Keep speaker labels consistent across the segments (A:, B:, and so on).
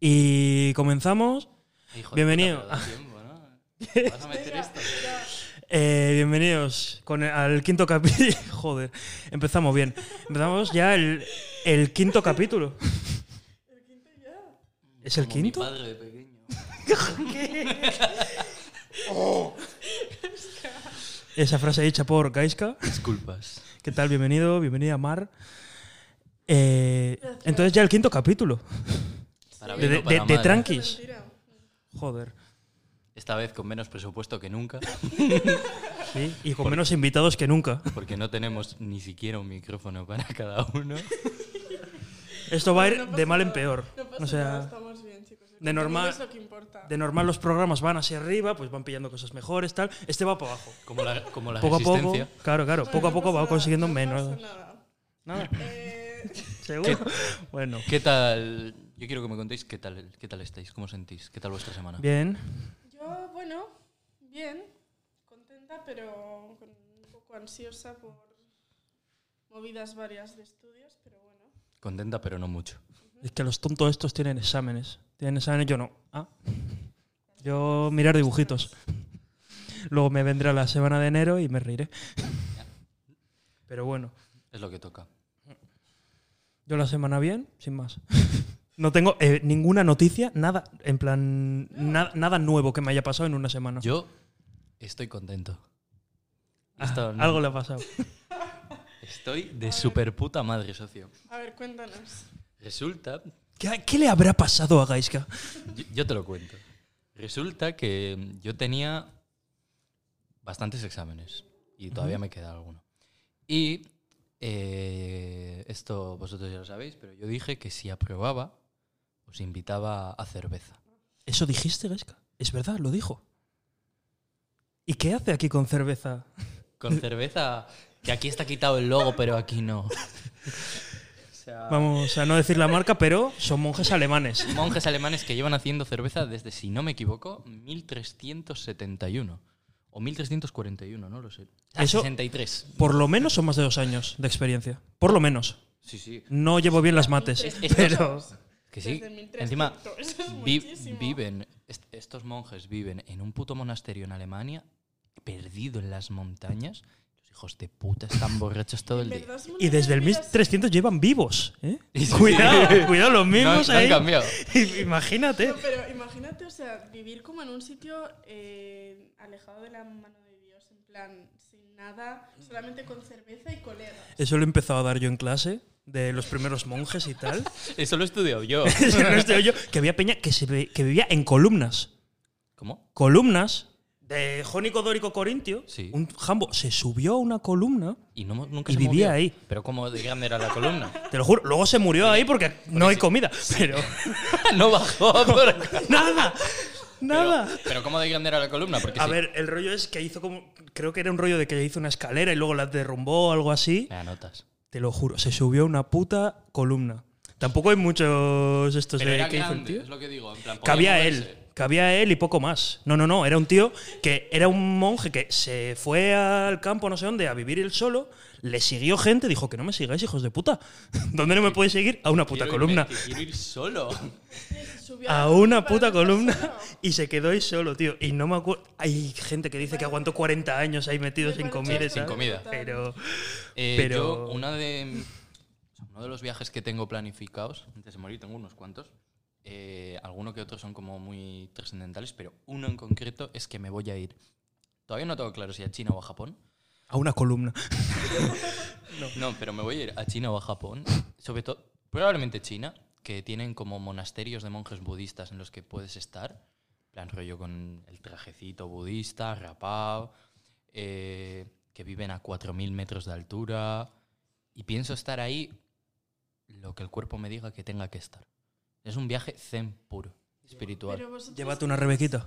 A: Y comenzamos.
B: Hijo de
A: Bienvenido.
B: puta, pero da tiempo, ¿no? Vas a meter esto.
A: Eh, bienvenidos con el- al quinto capítulo. Joder, empezamos bien. Empezamos ya el, el quinto capítulo. ¿Es el
B: Como mi
A: quinto?
B: padre de pequeño.
A: Esa frase hecha por Gaiska.
B: Disculpas.
A: ¿Qué tal? Bienvenido, bienvenida Mar. Eh, entonces ya el quinto capítulo.
B: Para
A: De-
B: bien
A: de-
B: o para
A: de- de
B: mal. ¿eh?
A: tranqui- Kiss.
C: Mentira.
A: Joder.
B: Esta vez con menos presupuesto que nunca,
A: Sí, Y con menos invitados que nunca.
B: porque no tenemos ni siquiera un micrófono para cada uno.
A: Esto va a ir
C: No pasa
A: de mal en
C: nada,
A: peor.
C: No pasa
A: O
C: nada,
A: sea,
C: estamos bien, chicos. El
A: de normal-
C: contenido Es lo que importa.
A: de normal los programas van hacia arriba, pues van pillando cosas mejores, tal. Este va para abajo.
B: Como la, como la
A: Poco a poco,
B: resistencia.
A: claro, claro,
C: Bueno,
A: poco a
C: no
A: poco
C: pasa
A: va
C: nada,
A: consiguiendo
C: no
A: menos.
C: pasa nada.
A: Nada,
C: Eh,
A: seguro. Bueno,
B: ¿Qué tal? Yo quiero que me contéis qué tal, qué tal estáis, cómo os sentís, qué tal vuestra semana.
A: bien.
C: yo, bueno, bien, contenta, pero con- un poco ansiosa por movidas varias de estudios, pero bueno.
B: Contenta, pero no mucho.
A: Es que los tontos estos tienen exámenes. Tienen exámenes, yo no. Ah. Yo mirar dibujitos. Luego me vendrá la semana de enero y me reiré. Pero bueno,
B: Es lo que toca.
A: yo la semana bien, sin más. No tengo eh, ninguna noticia, nada, en plan, na- nada nuevo que me haya pasado en una semana.
B: Yo estoy contento. He
A: Ah,
B: estado en-
A: algo le ha pasado.
B: Estoy de super puta madre, socio.
C: A ver, cuéntanos.
B: Resulta
A: ¿Qué, qué le habrá pasado a Gaiska?
B: Yo, yo te lo cuento. Resulta que mm, yo tenía bastantes exámenes y todavía me queda alguno. Y eh, esto vosotros ya lo sabéis, pero yo dije que si aprobaba, os invitaba a cerveza.
A: ¿Eso dijiste, Gaiska? Es verdad, lo dijo. ¿Y qué hace aquí con cerveza?
B: Con cerveza, que aquí está quitado el logo, pero aquí no. O sea,
A: Vamos a no decir la marca, pero son monjes alemanes.
B: monjes alemanes que llevan haciendo cerveza desde, si no me equivoco, 1371. O 1341, no lo sé. Ah,
A: Eso-
B: 63.
A: Por lo menos son más de dos años de experiencia. Por lo menos.
B: Sí, sí.
A: No llevo bien las mates.
B: Es-
A: Pero
B: Que sí.
C: Desde 1300,
B: Encima,
C: eso es
B: vi-
C: muchísimo.
B: viven, est- estos monjes viven en un puto monasterio en Alemania, perdido en las montañas. Los hijos de puta están borrachos todo el
C: En
B: día.
C: verdad, es
A: y desde el
C: montón de vidas-
A: 1300 llevan vivos. ¿eh?
B: Sí, sí.
A: Cuidado, cuidado los
B: No,
A: mismos
B: no han
A: ahí.
B: cambiado.
A: Imagínate.
C: No, pero imagínate, o sea, vivir como en un sitio eh, alejado de la mano de Dios, en plan, sin nada, solamente con cerveza y colegas.
A: Eso lo he empezado a dar yo en clase de los primeros monjes y tal.
B: Eso lo he estudiado yo.
A: Eso no estoy yo, que había peña que, se ve- que vivía en columnas.
B: ¿Cómo?
A: Columnas de Jónico Dórico Corintio.
B: Sí.
A: Un jambo se subió a una columna.
B: Y no, mo- nunca
A: Y
B: se
A: vivía
B: movió.
A: ahí.
B: Pero como de grande era la columna.
A: Te lo juro, luego se murió ahí porque no hay comida. Pero
B: no bajó. por-
A: nada, nada.
B: Pero, pero como de grande era la columna. Porque
A: A
B: sí.
A: ver, el rollo es que hizo como. Creo que era un rollo de que hizo una escalera y luego la derrumbó o algo así.
B: Me anotas.
A: Te lo juro, se subió a una puta columna. Tampoco hay muchos estos
B: Pero
A: de
B: era
A: que hizo el
B: grande,
A: tío.
B: es lo que digo. En plan, podía
A: Cabía él,
B: moverse.
A: cabía él y poco más. No, no, no, era un tío que era un monje que se fue al campo no sé dónde a vivir él solo, le siguió gente, dijo que no me sigáis hijos de puta. ¿Dónde no me podéis seguir? A una puta
B: Quiero irme,
A: columna.
B: que quiero ir solo.
C: Subió
A: A
C: la
A: una
C: culpa
A: puta
C: de
A: columna
C: persona.
A: y se quedó ahí solo, tío. Y no me acuerdo. Hay gente que dice que aguantó 40 años ahí metido
C: Me
A: sin
C: parece
A: comida, y
B: Sin
A: tal.
B: comida.
A: Pero.
B: Eh,
A: Pero-
B: Yo, una de, o sea, uno de los viajes que tengo planificados, antes de morir tengo unos cuantos, eh, alguno que otro son como muy trascendentales, pero uno en concreto es que me voy a ir. Todavía no tengo claro si a China o a Japón.
A: A una columna.
B: No, pero me voy a ir a China o a Japón. Sobre todo, probablemente China, que tienen como monasterios de monjes budistas en los que puedes estar. En plan rollo con el trajecito budista, rapado, eh, que viven a 4.000 metros de altura. Y pienso estar ahí lo que el cuerpo me diga que tenga que estar. Es un viaje zen puro, espiritual.
C: Pero vosotros,
A: Llévate una rebequita,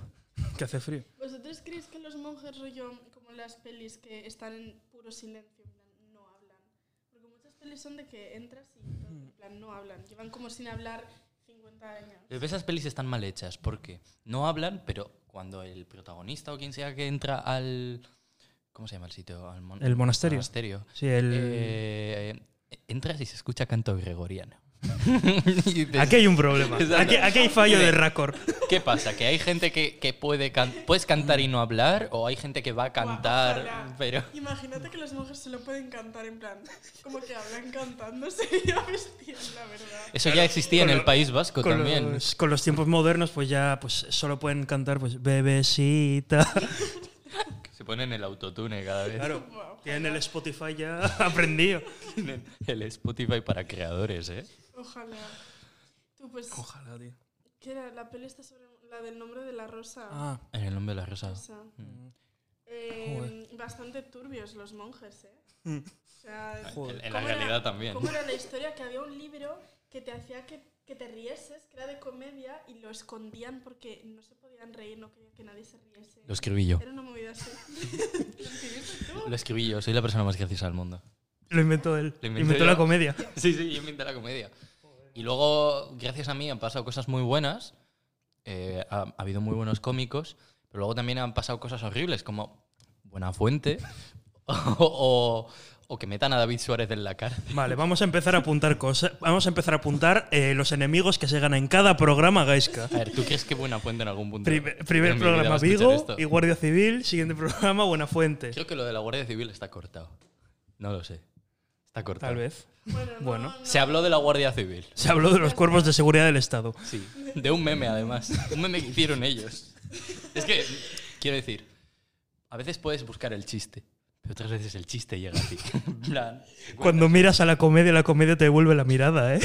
A: que hace frío.
C: ¿Vosotros creéis que los monjes, rollo, como en las pelis, que están en puro silencio, en plan, no hablan? Porque muchas pelis son de que entras y todo, en plan, no hablan. Llevan como sin hablar 50 años.
B: Esas pelis están mal hechas porque no hablan, pero cuando el protagonista o quien sea que entra al. ¿Cómo se llama el sitio? Al mon- Ah.
A: El monasterio.
B: monasterio.
A: Sí, el.
B: Eh, entras y se escucha canto gregoriano. Y dices,
A: Aquí hay un problema.
B: Exacto.
A: Aquí, aquí hay fallo de racor.
B: ¿Qué pasa? ¿Que hay gente que, que puede can- puedes cantar y no hablar? ¿O hay gente que va a cantar?
C: ojalá.
B: pero
C: Imagínate que las monjas se lo pueden cantar en plan, como que hablan cantando, sería bestial, la verdad.
B: Eso ya existía en
A: Con
B: el
A: lo-
B: País Vasco
A: Con
B: también.
A: los, con los tiempos modernos, pues ya pues solo pueden cantar pues bebesita.
B: Se ponen el autotune cada vez.
A: Claro, tienen el Spotify ya aprendido.
B: Tienen El Spotify para creadores, ¿eh?
C: Ojalá. Tú, pues,
A: Ojalá, tío.
C: ¿qué era? La peli está sobre la del nombre de la rosa.
A: Ah,
B: En el nombre de la rosa.
C: Rosa. Eh, bastante turbios los monjes, ¿eh? O sea,
A: Mm. Joder.
B: En, en la
C: ¿Cómo era-
B: realidad también.
C: ¿Cómo era la historia? Que había un libro que te hacía que, que te rieses, que era de comedia, y lo escondían porque no se podían reír, no querían que nadie se riese.
B: Lo escribí yo.
C: Era una movida así.
B: Lo escribí yo. Soy la persona más graciosa del mundo.
A: lo inventó él.
B: Lo
A: inventó
B: inventé
A: la
B: yo.
A: comedia.
B: Sí, sí, yo inventé la comedia. Y luego, gracias a mí, han pasado cosas muy buenas. Eh, ha, ha habido muy buenos cómicos. Pero luego también han pasado cosas horribles, como Buena Fuente o, o- o que metan a David Suárez en la cárcel.
A: Vale, vamos a empezar a apuntar cosas. Vamos a empezar a apuntar eh, los enemigos que se ganan en cada programa Gaisca.
B: A ver, ¿tú crees que Buena Fuente en algún punto?
A: Primer,
B: de
A: primer
B: mi vida va
A: programa
B: a escuchar
A: Vigo
B: esto?
A: y Guardia Civil. Siguiente programa Buenafuente.
B: Creo que lo de la Guardia Civil está cortado. No lo sé. Está cortado.
A: Tal vez.
C: Bueno, no,
A: Bueno.
C: no.
B: Se habló de la Guardia Civil.
A: Se habló de los cuerpos de seguridad del Estado.
B: Sí. De un meme, además. Un meme que hicieron ellos. Es que, quiero decir, a veces puedes buscar el chiste, pero otras veces el chiste llega a ti. En plan,
A: Cuando miras a la comedia, la comedia te devuelve la mirada, ¿eh?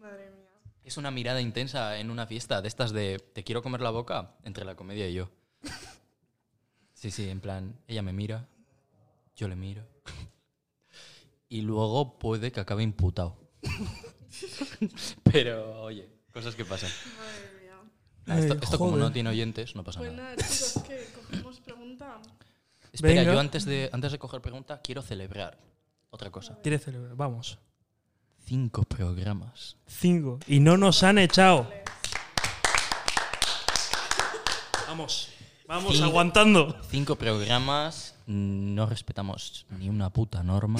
C: Madre mía.
B: Es una mirada intensa en una fiesta de estas de te quiero comer la boca entre la comedia y yo. Sí, sí, en plan, ella me mira, yo le miro. Y luego puede que acabe imputado. Pero, oye, cosas que pasan.
C: Madre mía.
B: Nada, Esto,
A: Ay,
B: esto como
A: joder.
B: no tiene oyentes, no pasa
C: Pues
B: nada.
C: nada, chicos, que cogemos pregunta.
B: Espera,
A: Venga.
B: yo antes de, antes de coger pregunta, quiero celebrar otra cosa.
A: Tiene cerebro. Vamos.
B: Cinco programas.
A: Cinco. Y no nos han echado. Vamos. Vamos,
B: Sí.
A: aguantando.
B: Cinco programas, no respetamos ni una puta norma.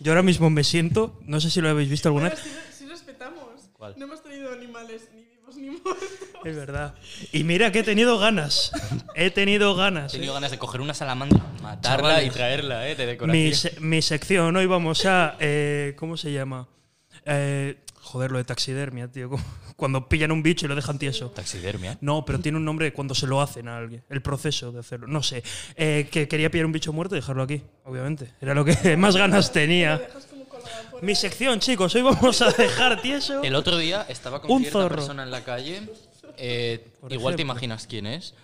A: Yo ahora mismo me siento, no sé si lo habéis visto alguna
C: Pero
A: vez.
C: sí, re- sí respetamos.
B: ¿Cuál?
C: No hemos tenido animales ni vivos ni muertos.
A: Es verdad. Y mira que he tenido ganas. He tenido
B: He
A: ganas.
B: tenido ganas de coger una salamandra, matarla
A: Chavales.
B: y traerla, eh, de decoración.
A: Mi, se- mi sección, hoy vamos a. eh, ¿Cómo se llama? Eh, joder, lo de taxidermia, tío. como- Cuando pillan un bicho y lo dejan tieso.
B: Taxidermia.
A: No, pero tiene un nombre de cuando se lo hacen a alguien. El proceso de hacerlo. No sé. Eh, que quería pillar un bicho muerto y dejarlo aquí, obviamente. Era lo que más ganas
C: Lo
A: tenía.
C: dejas como colgado por
A: Mi sección, chicos. Hoy vamos a dejar tieso.
B: El otro día estaba con
A: Un
B: cierta
A: zorro.
B: persona en la calle, eh,
A: Por
B: igual te
A: ejemplo.
B: imaginas quién es,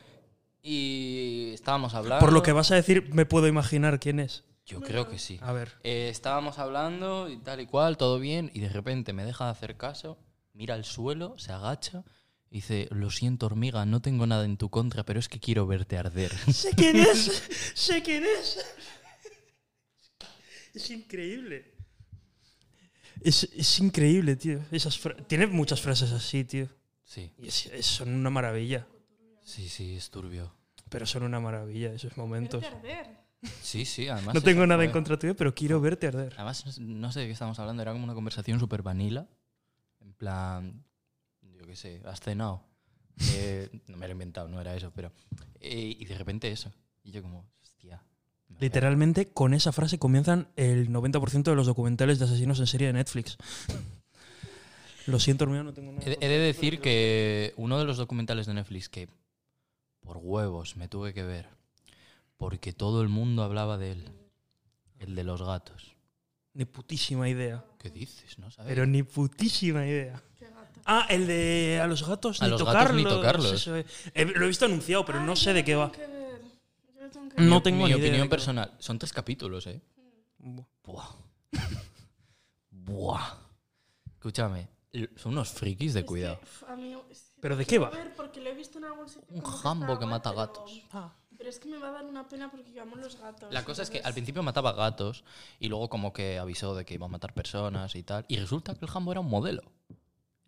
B: y estábamos hablando...
A: Por lo que vas a decir, me puedo imaginar quién es.
B: Yo creo que sí.
A: A ver.
B: Eh, estábamos hablando y tal y cual, todo bien, y de repente me deja de hacer caso, mira al suelo, se agacha y dice, lo siento hormiga, no tengo nada en tu contra, pero es que quiero verte arder.
A: Sé quién es. Sé quién es. Es increíble. Es, es increíble, tío. Esas fra- Tiene muchas frases así, tío.
B: Sí,
A: Y es- es- son una maravilla.
B: sí, sí, es turbio.
A: Pero son una maravilla esos
C: Vete
A: momentos.
C: a arder.
B: Sí, sí, además...
A: No
B: es
A: tengo
B: como
A: nada en
B: de-
A: contra tuyo, pero quiero verte arder.
B: Además, no sé de qué estábamos hablando, era como una conversación súper vanila. En plan, yo qué sé, has cenado. Eh, no me lo he inventado, no era eso, pero... eh, y de repente eso. Y yo como, hostia. me voy a-
A: Literalmente con esa frase comienzan el 90% de los documentales de asesinos en serie de Netflix. Lo siento, hermano, no tengo nada.
B: He de- he de decir que uno de los documentales de Netflix que por huevos me tuve que ver, porque todo el mundo hablaba de él, el de los gatos.
A: Ni putísima idea.
B: ¿Qué dices? No sabes.
A: Pero ni putísima idea.
C: Qué gato.
A: Ah, el de a los gatos
B: A
A: ni
B: los
A: tocarlos.
B: gatos ni tocarlos.
A: eso es. Eh, lo he visto anunciado, pero no
C: Ay,
A: sé
C: yo
A: de
C: lo
A: qué
C: tengo
A: va.
C: que ver. Yo lo tengo que
A: No
B: Mi-
A: tengo
B: mi
A: ni idea de
B: opinión
A: qué va.
B: personal. Son tres capítulos, ¿eh? Buah. Buah. Escúchame, l- son unos frikis de
C: Es que,
B: cuidado.
C: uf, a mí- es que
A: ¿Pero de
C: lo
A: qué
C: quiero
A: va?
C: ver porque lo he visto en algún sitio
B: Un
C: como
B: jambo
C: estaba
B: que mata
C: pero-
B: gatos.
A: Ah.
C: Pero es que me va a dar una pena porque yo amo los gatos.
B: La cosa es que al
C: entonces-
B: principio mataba gatos y luego como que avisó de que iba a matar personas y tal. Y resulta que el jambo era un modelo.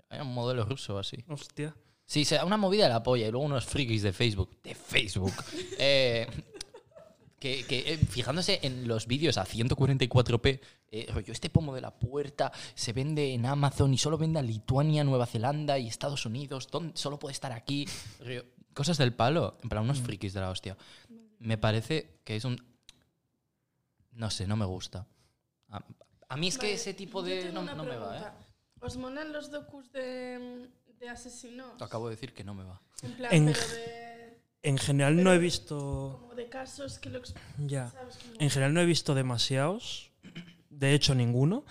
B: Era un modelo ruso así.
A: Hostia.
B: Sí, se da una movida de la polla y luego unos frikis de Facebook. De Facebook. eh, Que, que, eh, fijándose en los vídeos a 144p, eh, rollo, este pomo de la puerta se vende en Amazon y solo vende a Lituania, Nueva Zelanda y Estados Unidos, ¿dónde- solo puede estar aquí. rollo, cosas del palo, en plan unos frikis de la hostia. Me parece que es un... No sé, no me gusta. A, a mí es que
C: Vale,
B: ese tipo
C: yo
B: de...
C: tengo
B: No,
C: una
B: no me va, ¿eh?
C: pregunta. ¿Os molan los docus de, de asesinos?
B: ¿eh? Acabo de decir que no me va.
C: En plan,
A: En-
C: pero de,
A: En general no he visto.
C: como de casos que lo exp-
A: Ya.
C: ¿sabes? Como-
A: Ah. En general no he visto demasiados. De hecho, ninguno.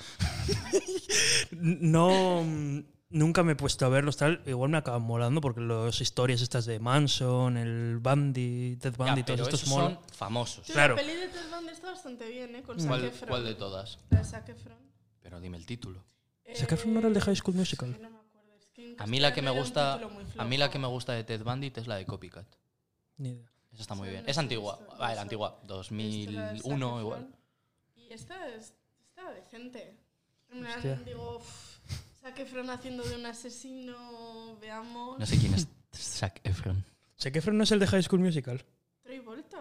A: no. mm, Nunca me he puesto a verlos tal. Igual me acaban molando porque las historias estas de Manson, el Bandy, Death
B: Ya,
A: Bandy, todos
B: pero
A: estos
B: esos
A: molan.
B: son famosos.
C: Tío,
A: claro.
C: La peli de Ted Bundy está bastante bien, ¿eh? Con Zac
B: ¿Cuál,
C: Efron.
B: cuál de todas?
C: La de Zac Efron.
B: Pero dime el título.
A: Zac Efron no era el de High School Musical.
C: es que no me acuerdo, es Pues que en
B: A mí la
C: castellano
B: que me
C: era un
B: gusta,
C: título muy
B: a mí la que me
C: flojo.
B: gusta de Ted Bandit es la de Copycat.
A: Ni idea.
B: Esa está muy
C: Esa
B: bien.
C: no
B: Es
C: la he
B: antigua.
C: visto,
B: Ah,
C: esa.
B: era antigua.
C: Este, la de Zac
B: 2001 igual.
C: Efron. Y esta es, está decente. En plan,
A: Hostia.
C: digo, uff, Zac Efron haciendo de un asesino, veamos.
B: No sé quién es Zac Efron.
A: Sé que Fred no es el de High School Musical.
C: Troy Bolton.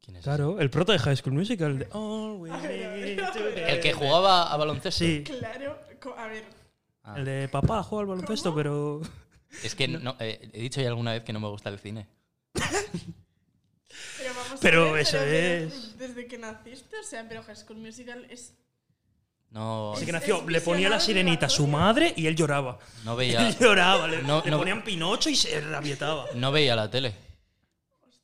B: ¿Quién es ese?
A: Claro, el prota de High School Musical. de All we
C: A ver,
A: need
C: a ver, a ver.
A: today.
B: El que jugaba a baloncesto.
A: Sí,
C: Claro, co- a ver,
B: Ah,
A: el de papá juega al baloncesto,
C: ¿Cómo?
A: pero.
B: es que no, eh, he dicho ya alguna vez que no me gusta el cine.
C: pero vamos
A: Pero
C: a ver,
A: eso
C: pero
A: es.
C: Desde que naciste, o sea, pero High School Musical es.
B: No,
A: Ese que
C: Es-
A: nació,
C: es
A: le ponía la
C: visionario
A: sirenita a su
C: obligatorio.
A: madre y él lloraba.
B: no veía,
A: Él lloraba, le,
B: No,
A: le
B: no.
A: ponían pinocho y se rabietaba.
B: no veía la tele.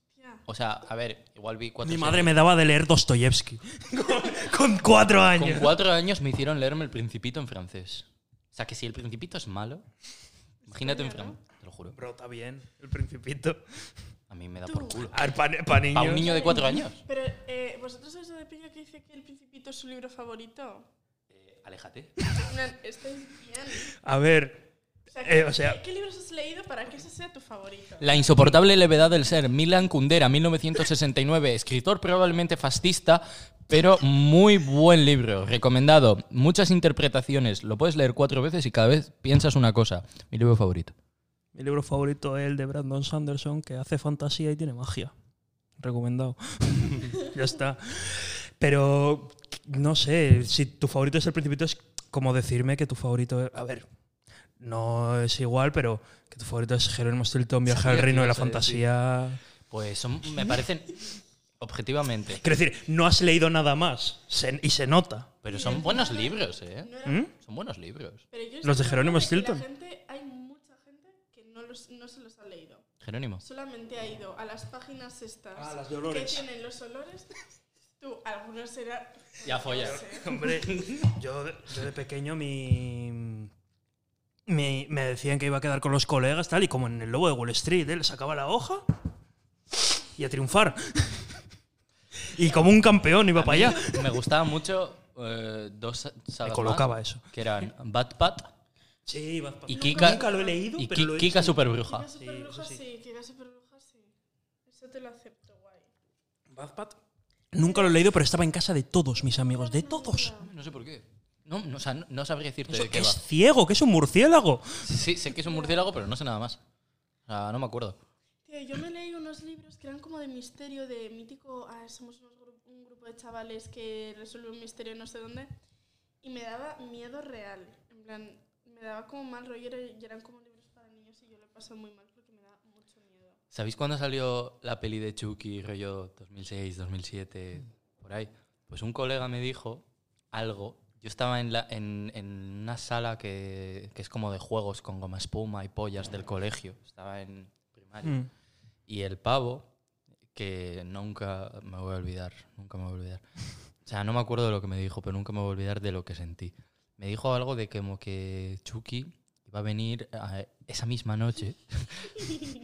C: Hostia.
B: O sea, a ver, igual vi cuatro.
A: Mi madre
B: series.
A: me daba de leer Dostoyevsky con, con cuatro años.
B: Con cuatro años me hicieron leerme El Principito en francés. O sea, que si El Principito es malo, imagínate en
C: genial,
B: francés. Te lo juro.
A: Brota bien, el principito.
B: A mí me da
C: Tú.
B: por culo.
A: A ver, pa, pa
B: Para un
A: niños.
B: niño de cuatro años.
C: Pero, eh, ¿vosotros sois de Peña que dice que El Principito es su libro favorito?
B: Eh, aléjate.
C: En plan, Estáis bien.
A: A ver,
C: O sea, ¿qué,
A: Eh, o sea- ¿Eh?
C: ¿qué, qué libros has leído para que ese sea tu favorito?
B: La insoportable levedad del ser, Milan Kundera, 1969, escritor probablemente fascista, pero muy buen libro, recomendado, muchas interpretaciones, lo puedes leer cuatro veces y cada vez piensas una cosa, mi libro favorito.
A: mi libro favorito es el de Brandon Sanderson, que hace fantasía y tiene magia. Recomendado. ya está. Pero, no sé, si tu favorito es el principito, es como decirme que tu favorito es... A ver, no es igual, pero que tu favorito es Jerónimo Stilton, Viaje
B: Sabía
A: al
B: que
A: Reino de la
B: ibas a decir.
A: Fantasía...
B: Pues son- me parecen, objetivamente,
A: Quiero decir, no has leído nada más se- y se nota.
B: pero son buenos libros, ¿eh?
C: No era-
A: ¿Mm?
B: Son buenos libros.
C: pero yo
A: Los de
C: estoy
A: Jerónimo
C: segura que la
A: Stilton.
C: gente- hay mucha gente que no, los, no se los ha leído.
B: Jerónimo.
C: Solamente ha ido a las páginas estas
A: Ah, las de
C: que
A: olores.
C: tienen los olores. Tú, algunos será.
B: Ya follar.
C: no sé.
A: Hombre, yo, yo de pequeño mi, mi- me decían que iba a quedar con los colegas, tal, y como en el lobo de Wall Street, ¿eh? le sacaba la hoja y a triunfar. Y como un campeón iba para allá.
B: Me gustaba mucho eh, dos sagas
A: Me
B: más,
A: colocaba eso.
B: que eran Bat Pat
A: Sí, vas
B: Y Kika-
A: Nunca lo he leído,
B: y
A: pero
B: Ki-
A: lo he
B: Kika
A: visto.
B: Superbruja.
C: Kika Superbruja
A: eso sí.
C: sí, Kika Superbruja sí. Eso te lo acepto, guay.
A: Bazpat. Nunca lo he leído, pero estaba en casa de todos mis amigos, de todos.
B: No sé por qué. No, no, o sea, no- no sabría decirte
A: Eso
B: de
A: que
B: qué
A: es
B: va.
A: ciego, que es un murciélago.
B: Sí, sé que es un murciélago, pero no sé nada más. O sea, no me acuerdo.
C: Tío, yo me leí unos libros que eran como de misterio, de mítico, ah, somos unos gru- un grupo de chavales que resuelve un misterio no sé dónde, y me daba miedo real, en plan, me daba como mal rollo era- y eran como libros para niños y yo lo he pasado muy mal porque me daba mucho miedo.
B: ¿Sabéis cuándo salió la peli de Chucky, rollo 2006, 2007, por ahí? Pues un colega me dijo algo. Yo estaba en, la, en, en una sala que, que es como de juegos con goma espuma y pollas del colegio. Estaba en primaria.
A: Mm.
B: Y el pavo, que nunca me voy a olvidar, nunca me voy a olvidar. O sea, no me acuerdo de lo que me dijo, pero nunca me voy a olvidar de lo que sentí. Me dijo algo de que como que Chucky iba a venir a- esa misma noche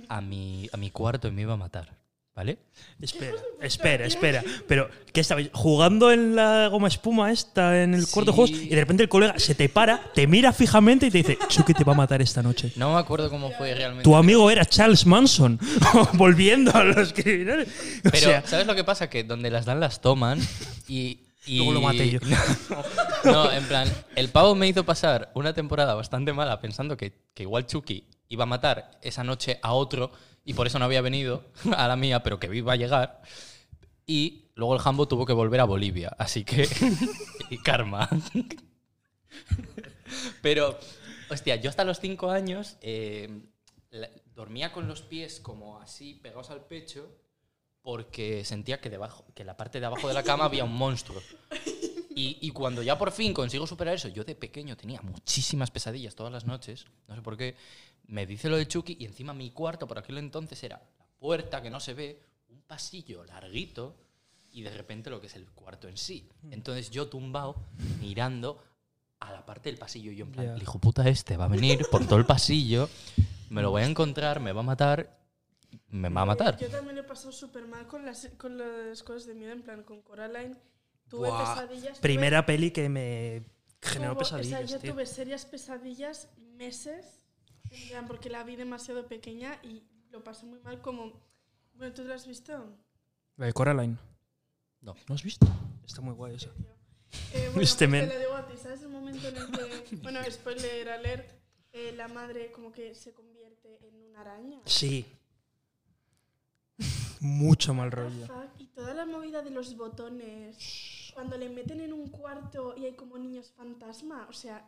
B: a mi, a mi cuarto y me iba a matar, ¿vale?
A: Espera, espera, espera. Pero, ¿qué estabais? ¿Jugando en la goma espuma esta en el cuarto de
B: Sí.
A: juegos? Y de repente el colega se te para, te mira fijamente y te dice, Chucky te va a matar esta noche.
B: No me acuerdo cómo fue realmente.
A: Tu amigo era Charles Manson, volviendo a los criminales. O
B: Pero,
A: sea,
B: ¿sabes lo que pasa? Que donde las dan, las toman y. y-
A: Luego lo maté yo.
B: No, no, en plan, el pavo me hizo pasar una temporada bastante mala pensando que, que igual Chucky iba a matar esa noche a otro y por eso no había venido a la mía, pero que iba a llegar. Y luego el Hambo tuvo que volver a Bolivia, así que. y karma. Pero, hostia, yo hasta los cinco años eh, la- dormía con los pies como así, pegados al pecho, porque sentía que, debajo, que en la parte de abajo de la cama había un monstruo. Y, y cuando ya por fin consigo superar eso, yo de pequeño tenía muchísimas pesadillas todas las noches, no sé por qué, me dice lo de Chucky y encima mi cuarto por aquel entonces era la puerta que no se ve, un pasillo larguito y de repente lo que es el cuarto en sí. Entonces yo tumbado mirando a la parte del pasillo y yo en plan,
A: Ya.
B: el hijo puta este va a venir por todo el pasillo, me lo voy a encontrar, me va a matar, me va a matar.
C: Yo también lo he pasado súper mal con las, con las cosas de miedo, en plan con Coraline. Tuve
B: Buah.
C: pesadillas. tuve-
A: Primera peli que me generó
C: tuvo-
A: pesadillas,
C: O sea, yo
A: tío.
C: tuve serias pesadillas meses, en plan, porque la vi demasiado pequeña y lo pasé muy mal como... Bueno, ¿tú lo has visto?
A: La de Coraline.
B: No.
A: ¿No has visto? Está muy guay esa.
C: Eh, bueno,
A: Este
C: pues
A: men.
C: Te lo digo a ti, ¿sabes el momento en el que, bueno, spoiler alert, eh, la madre como que se convierte en una araña?
A: Sí. Mucho mal
C: What the
A: rollo.
C: fuck? Y toda la movida de los botones, cuando le meten en un cuarto y hay como niños fantasma, o sea,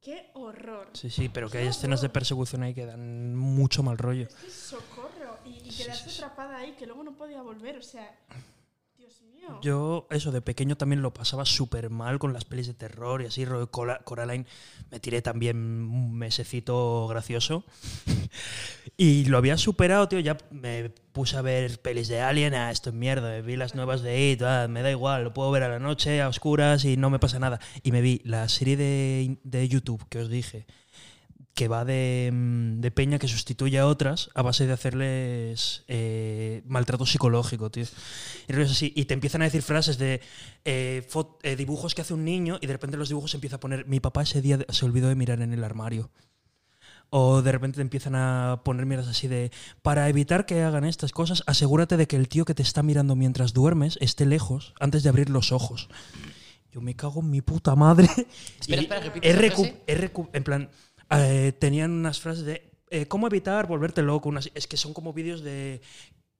C: qué horror.
A: Sí, sí, pero que hay escenas de persecución ahí que dan mucho mal rollo.
C: Es que socorro, y, y
A: Sí,
C: quedarse
A: sí, sí.
C: atrapada ahí, que luego no podía volver, o sea, Dios mío.
A: Yo, eso, de pequeño también lo pasaba súper mal con las pelis de terror y así. rollo Cora- Coraline me tiré también un mesecito gracioso. Y lo había superado, tío. Ya me puse a ver pelis de Alien. Ah, esto es mierda. Vi las nuevas de It. ah, me da igual. Lo puedo ver a la noche, a oscuras y no me pasa nada. Y me vi la serie de, de YouTube que os dije, que va de, mm, de peña que sustituye a otras a base de hacerles eh, maltrato psicológico, tío. Y rollos así. Y te empiezan a decir frases de eh, fo- eh, dibujos que hace un niño y de repente los dibujos empieza a poner mi papá ese día se olvidó de mirar en el armario. O de repente te empiezan a poner miras así de, para evitar que hagan estas cosas, asegúrate de que el tío que te está mirando mientras duermes esté lejos antes de abrir los ojos. Yo me cago en mi puta madre.
B: Espera,
A: Y
B: espera, repite
A: he
B: esa
A: recu-
B: frase.
A: he recu- en plan, eh, tenían unas frases de, eh, ¿cómo evitar volverte loco? Unas, es que son como vídeos de,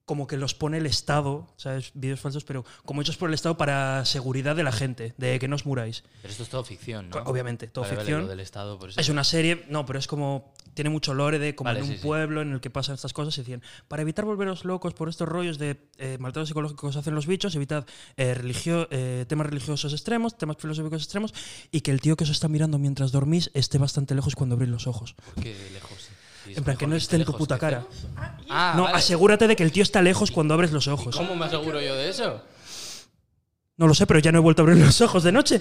A: como que los pone el Estado, ¿sabes? Vídeos falsos, pero como hechos por el Estado para seguridad de la gente, de que no os muráis.
B: Pero esto es todo ficción, ¿no?
A: Co- obviamente, todo
B: Vale, vale,
A: ficción.
B: lo del Estado, por eso.
A: Es una serie, no, pero es como. Tiene mucho lore de como
B: Vale,
A: en un
B: sí, sí.
A: pueblo en el que pasan estas cosas y decían, para evitar volveros locos por estos rollos de eh, maltratos psicológicos que hacen los bichos, evitad eh, religio- eh, temas religiosos extremos, temas filosóficos extremos, y que el tío que os está mirando mientras dormís esté bastante lejos cuando abrís los ojos.
B: ¿Por qué de lejos? Sí, es
A: En plan, que
B: mejor
A: no
B: irte
A: esté en tu
B: lejos
A: puta
B: que cerca.
A: cara.
C: Ah, y-
B: Ah,
A: no,
B: vale.
A: asegúrate de que el tío está lejos cuando abres los ojos.
B: ¿Cómo me aseguro yo de eso?
A: No lo sé, pero ya no he vuelto a abrir los ojos de noche.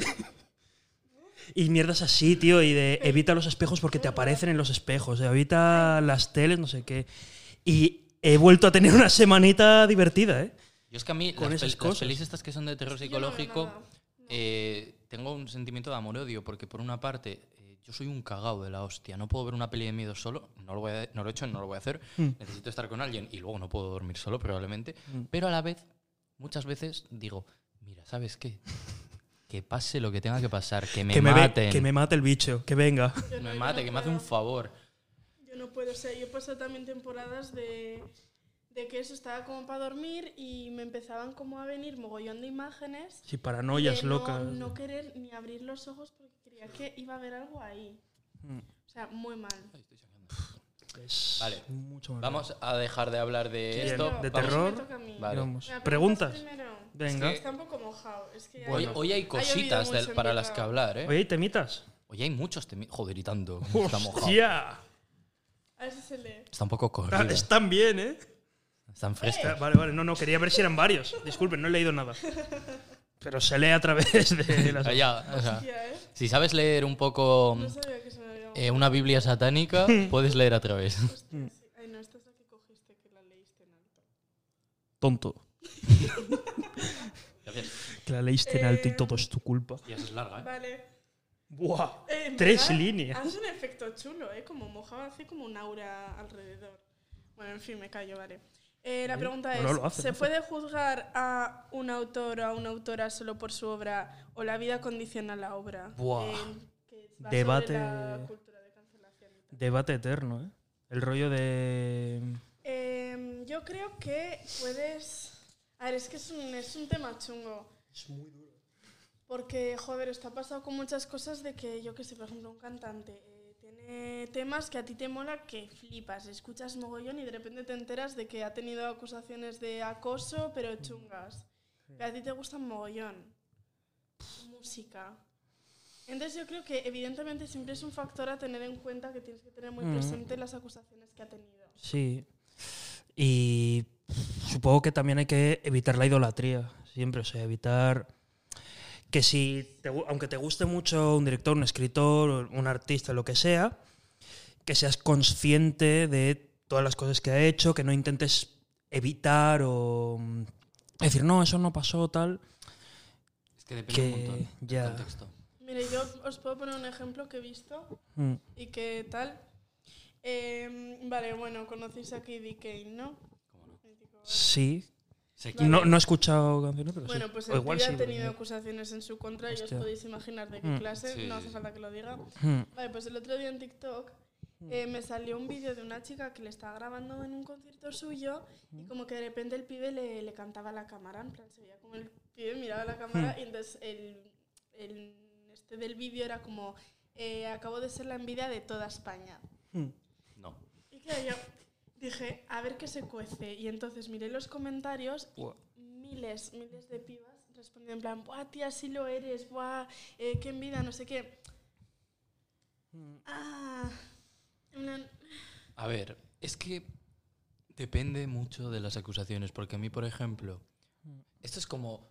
A: Y mierdas así, tío, y de evita los espejos porque te aparecen en los espejos, de evita las teles, no sé qué. Y he vuelto a tener una semanita divertida, ¿eh?
B: Yo es que a mí,
A: Con
B: las,
A: esas
B: pel- las
A: cosas.
B: pelis estas que son de terror
C: yo no veo
B: psicológico,
C: nada.
B: eh, tengo un sentimiento de amor-odio, porque por una parte, eh, yo soy un cagao de la hostia, no puedo ver una peli de miedo solo, no lo, voy a- no lo he hecho, no lo voy a hacer,
A: Mm.
B: necesito estar con alguien y luego no puedo dormir solo probablemente, pero a la vez, muchas veces digo, mira, ¿sabes qué? Que pase lo que tenga que pasar, que me,
A: que, me ve-
B: maten,
A: que me mate el bicho, que venga.
C: Yo no-
B: me
C: yo
B: mate,
C: no
B: que me hace
C: puedo.
B: un favor.
C: Yo no puedo, o sea, yo he pasado también temporadas de, de que eso estaba como para dormir y me empezaban como a venir mogollón de imágenes.
A: Sí, paranoias
C: de no-
A: locas.
C: No, querer ni abrir los ojos porque creía que iba a haber algo ahí.
A: Mm.
C: O sea, muy mal.
B: Ay, estoy sangrando.
A: Es
B: Vale.
A: mucho más
B: Vamos a dejar de hablar de
A: Bien,
B: esto.
A: de
B: vamos-
A: terror.
C: Me toca a mí.
A: raro.
B: Vale.
A: Vamos.
C: Venga,
A: ¿Preguntas?
C: primero.
A: Venga.
B: Es
C: Está un poco mojado. Es que
B: Hoy,
C: hay-
B: hoy hay
C: ha
B: cositas
C: llovido
B: del-
C: mucho en
B: para las que
C: Bilbao.
B: hablar, ¿eh?
A: Oye, ¿y temitas?
B: Hoy hay muchos temi- Joder, y tanto. Está mojado.
A: ¡Hostia!
C: A ver si se lee.
B: Está un poco
A: Está-
B: corrido.
A: Están bien, ¿eh?
B: Están frescos.
A: Vale, vale, no, no, quería ver si eran varios. Disculpen, no he leído nada. Pero se lee a través de las...
B: Ya, o sea,
C: Hostia, ¿eh?
B: si sabes leer un poco
C: No sabía que se me había
B: Mm. eh, una Biblia satánica, puedes leer a través.
A: Mm.
C: Hostia, sí. Ay, no, esta es la que cogiste, que la leíste en alto.
A: Tonto. Que la leíste en alto y
C: Eh,
A: todo es tu culpa.
B: Y es larga, ¿eh?
C: Vale.
A: ¡Buah!
C: Eh, en
A: Tres
C: verdad,
A: líneas.
C: Hace un efecto chulo, ¿eh? Como mojaba, hace como un aura alrededor. Bueno, en fin, me callo, vale. Eh, la
A: Uy,
C: pregunta es,
A: no lo hace,
C: ¿se
A: no hace.
C: puede juzgar a un autor o a una autora solo por su obra o la vida condiciona la obra?
A: Buah.
C: que va sobre
A: Debate.
C: la cultura de cancelación y tal.
A: Debate eterno, ¿eh? El rollo de...
C: Em, yo creo que puedes... A ver, es que es un, es un tema chungo.
A: Es muy duro.
C: Porque, joder, está pasado con muchas cosas de que, yo que sé, por ejemplo, un cantante eh, tiene temas que a ti te mola que flipas, escuchas mogollón y de repente te enteras de que ha tenido acusaciones de acoso, pero chungas. Pero a ti te gustan mogollón. Música. Entonces yo creo que evidentemente siempre es un factor a tener en cuenta que tienes que tener muy
A: Mm.
C: presente las acusaciones que ha tenido.
A: Sí. Y supongo que también hay que evitar la idolatría, siempre, o sea, evitar que si, te gu- aunque te guste mucho un director, un escritor, un artista, lo que sea, que seas consciente de todas las cosas que ha hecho, que no intentes evitar o mm, decir, no, eso no pasó, tal.
B: Es que depende
A: Que
B: un montón del
A: ya.
B: contexto.
C: Mira, yo os puedo poner un ejemplo que he visto
A: Mm,
C: y que tal. Eh, vale, bueno, conocéis a Kid Kane, ¿no?
B: ¿Cómo no?
C: Mítico, ¿vale?
A: Sí.
B: Sé que-
C: Vale.
A: No, no he escuchado canciones, pero
C: Bueno,
A: sí.
C: pues
A: O
C: el
A: igual
C: tío
A: sí,
C: ha
A: pero
C: tenido
A: no.
C: acusaciones en su contra y
A: Hostia.
C: os podéis imaginar de qué
A: Mm.
C: clase,
B: Sí,
C: no
B: sí,
C: hace
B: sí.
C: falta que lo diga.
A: Mm,
C: Vale, pues el otro día en TikTok eh, me salió un vídeo de una chica que le estaba grabando en un concierto suyo y como que de repente el pibe le, le cantaba a la cámara, en plan se veía como el pibe miraba a la cámara y entonces el, el este del vídeo era como eh, acabo de ser la envidia de toda España.
A: mm.
B: No.
C: Y claro, yo dije, a ver qué se cuece. Y entonces miré los comentarios y
A: Buah.
C: miles, miles de pibas respondían en plan, buah, tía, sí lo eres, buah, eh, qué envidia, no sé qué. Ah, en plan,
B: A ver, es que depende mucho de las acusaciones, porque a mí, por ejemplo, esto es como...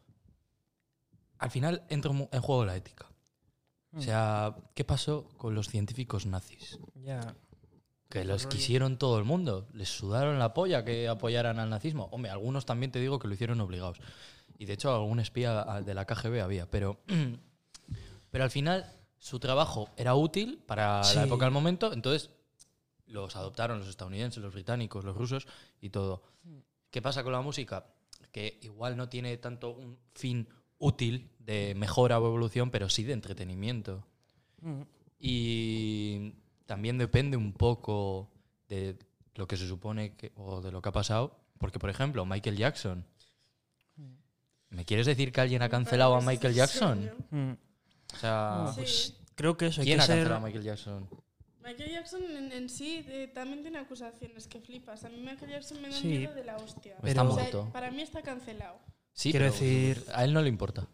B: Al final entra mu- en juego la ética. O sea, ¿qué pasó con los científicos nazis?
A: Ya.
B: Que los
A: rollo.
B: quisieron todo el mundo, les sudaron la polla que apoyaran al nazismo. Hombre, algunos también te digo que lo hicieron obligados. Y de hecho algún espía ah, de la KGB había, pero, pero al final su trabajo era útil para
A: Sí.
B: la época del momento, entonces los adoptaron los estadounidenses, los británicos, los rusos y todo. ¿Qué pasa con la música? Que igual no tiene tanto un fin útil de mejora o evolución, pero sí de entretenimiento.
A: Mm.
B: Y también depende un poco de lo que se supone que, o de lo que ha pasado. Porque, por ejemplo, Michael Jackson. ¿Me quieres decir que alguien ha cancelado a
C: parece
B: Michael
C: serio.
B: Jackson?
A: Mm.
B: O sea,
C: Sí.
A: Pues creo que eso hay
B: Ah, ¿quién
A: que
B: ha
A: ser.
B: cancelado a Michael Jackson?
C: Michael Jackson en, en sí eh, también tiene acusaciones que flipas. A mí Michael Jackson me da
A: Sí.
C: miedo de la hostia.
B: Está
A: Pero-
C: O sea,
B: muerto.
C: para mí está cancelado.
B: Sí,
A: Quiero
B: pero
A: decir-
B: A él no le importa.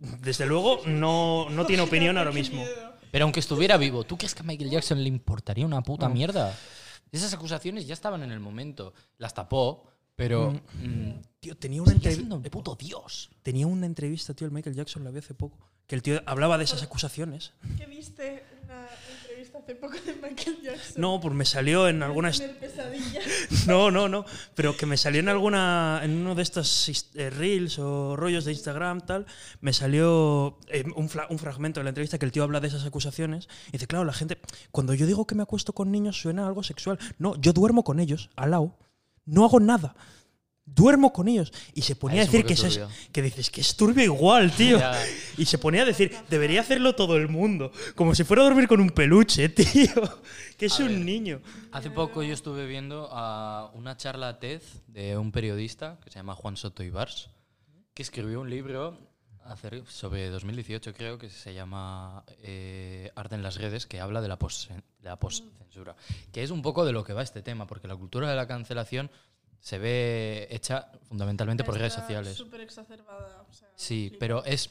A: Desde luego no, no tiene opinión ahora mismo.
C: Qué miedo.
B: Pero aunque estuviera vivo, ¿tú crees que a Michael Jackson le importaría una puta mierda? Esas acusaciones ya estaban en el momento. Las tapó, pero. mm,
A: Tío, tenía una,
B: sigue
A: entrev-
B: siendo un puto dios.
A: tenía una entrevista, tío, el Michael Jackson la vi hace poco, que el tío hablaba de esas acusaciones.
C: ¿Qué viste una entrevista hace poco de Michael Jackson?
A: No, pues me salió en alguna... est-
C: Tener pesadillas.
A: No, no, no. Pero que me salió en alguna... En uno de estos is- eh, reels o rollos de Instagram, tal, me salió eh, un, fla- un fragmento de la entrevista que el tío habla de esas acusaciones. Y dice, claro, la gente... Cuando yo digo que me acuesto con niños suena algo sexual. No, yo duermo con ellos, al lado. No hago nada. Duermo con ellos. Y se ponía
B: Ah,
A: a
B: es un
A: decir
B: poco
A: que, eso es,
B: turbio.
A: que dices que es turbio igual, tío.
B: Ya.
A: Y se ponía a decir, debería hacerlo todo el mundo. Como si fuera a dormir con un peluche, tío. Que es
B: A
A: un
B: ver.
A: niño.
B: Hace poco yo estuve viendo a una charla TED de un periodista que se llama Juan Soto Ibars, que escribió un libro acer- sobre 2018, creo, que se llama eh, Arte en las redes, que habla de la poscen- de la postcensura, que es un poco de lo que va este tema, porque la cultura de la cancelación se ve hecha fundamentalmente por redes
C: Está
B: sociales.
C: Súper exacerbada. o sea,
B: Sí,
C: flipa.
B: pero es, es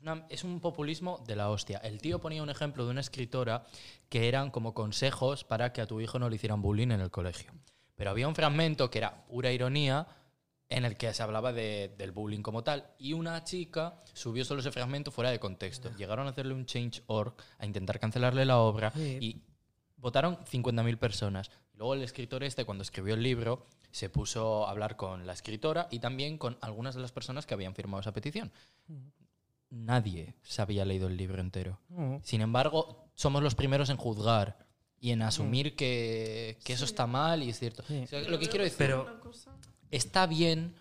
B: una- es un populismo de la hostia. El tío ponía un ejemplo de una escritora que eran como consejos para que a tu hijo no le hicieran bullying en el colegio. Pero había un fragmento que era pura ironía en el que se hablaba de- del bullying como tal y una chica subió solo ese fragmento fuera de contexto. Llegaron a hacerle un change.org a intentar cancelarle la obra
A: Sí.
B: y votaron 50.000 personas. Luego el escritor este, cuando escribió el libro, se puso a hablar con la escritora y también con algunas de las personas que habían firmado esa petición. Nadie se había leído el libro entero. Sin embargo, somos los primeros en juzgar y en asumir que, que eso
C: Sí.
B: está mal y es cierto.
A: Mm. Sí.
B: O sea, lo que quiero decir,
A: Pero-
C: Una cosa.
B: está bien,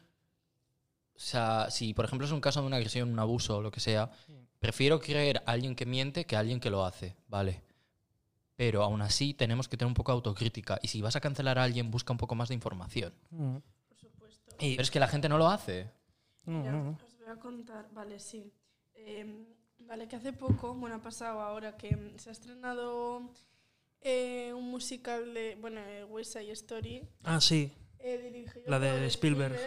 B: o sea, si por ejemplo es un caso de una agresión, un abuso o lo que sea, prefiero creer a alguien que miente que a alguien que lo hace, ¿vale? Pero aún así tenemos que tener un poco de autocrítica y si vas a cancelar a alguien, busca un poco más de información.
A: Mm.
C: Por supuesto.
B: Pero es que la gente no lo hace.
A: No,
C: Mira,
A: no, no.
C: Os voy a contar, vale, sí. Eh, vale, que hace poco, bueno, ha pasado ahora que mm, se ha estrenado eh, un musical de, bueno, eh, West Side Story,
A: Ah, sí.
C: eh, dirigido
A: La de
C: por
A: Spielberg.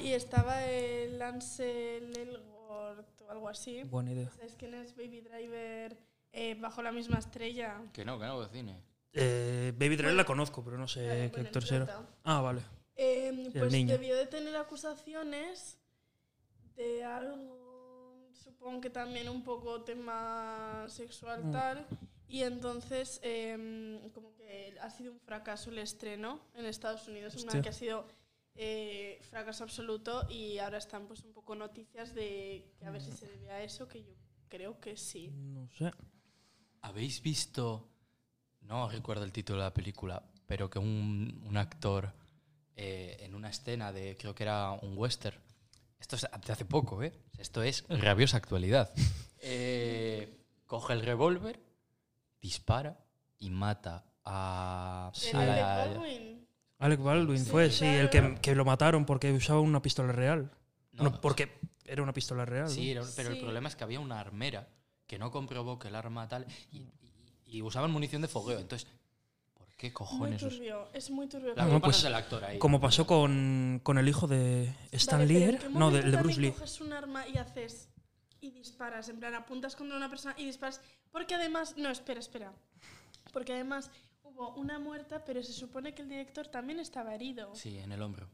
C: Y estaba el Ansel Elgort o algo así.
A: Buena idea.
C: ¿Sabes quién es Baby Driver? Eh, bajo la misma estrella.
B: Que no, que no veo cine.
A: Eh, Baby Driver
C: Bueno.
A: la conozco, pero no sé
C: Vale,
A: qué
C: bueno,
A: Eh, actor
C: el
A: será.
C: prota.
A: Ah, vale.
C: Eh, pues
A: niño.
C: debió de tener acusaciones de algo, supongo que también un poco tema sexual
A: Mm.
C: tal. Y entonces, eh, como que ha sido un fracaso el estreno en Estados Unidos,
A: Hostia.
C: una que ha sido eh, fracaso absoluto y ahora están pues un poco noticias de que a ver si se debe a eso, que yo creo que sí.
A: No sé.
B: ¿Habéis visto, no recuerdo el título de la película, pero que un, un actor eh, en una escena de, creo que era un western, esto es de hace poco, ¿eh? Esto es rabiosa actualidad. Eh, coge el revólver, dispara y mata a...
A: Sí.
B: a
C: El Eh, de
B: la-
C: Baldwin.
A: Alec Baldwin
C: Sí,
A: fue, sí, el
C: claro.
A: que, que lo mataron porque usaba una pistola real.
B: no,
A: No, porque era una pistola real.
B: Sí, era- pero el
C: Sí.
B: problema es que había una armera que no comprobó que el arma tal... Y, y- y usaban munición de fogueo, entonces... ¿Por qué
C: Muy
B: cojones? os-
C: turbio, es muy turbio.
B: La
A: No,
B: culpa no
A: pues,
B: es del actor ahí.
A: ¿no? Como pasó con, con el hijo de Stan
C: Vale,
A: Lee,
C: pero ¿en
A: ¿era?
C: qué
A: no, de,
C: momento
A: de
C: también
A: Bruce Lee.
C: coges un arma y haces y disparas, en plan apuntas contra una persona y disparas, porque además, no, espera, espera. Porque además hubo una muerta, pero se supone que el director también estaba herido.
B: Sí, en el hombro.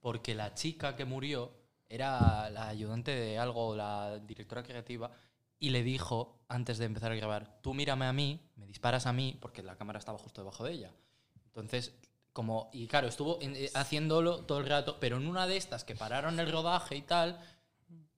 B: Porque la chica que murió era la ayudante de algo, la directora creativa, y le dijo, antes de empezar a grabar, tú mírame a mí, me disparas a mí, porque la cámara estaba justo debajo de ella. Entonces, como, y claro, estuvo en- eh, haciéndolo todo el rato, pero en una de estas que pararon el rodaje y tal,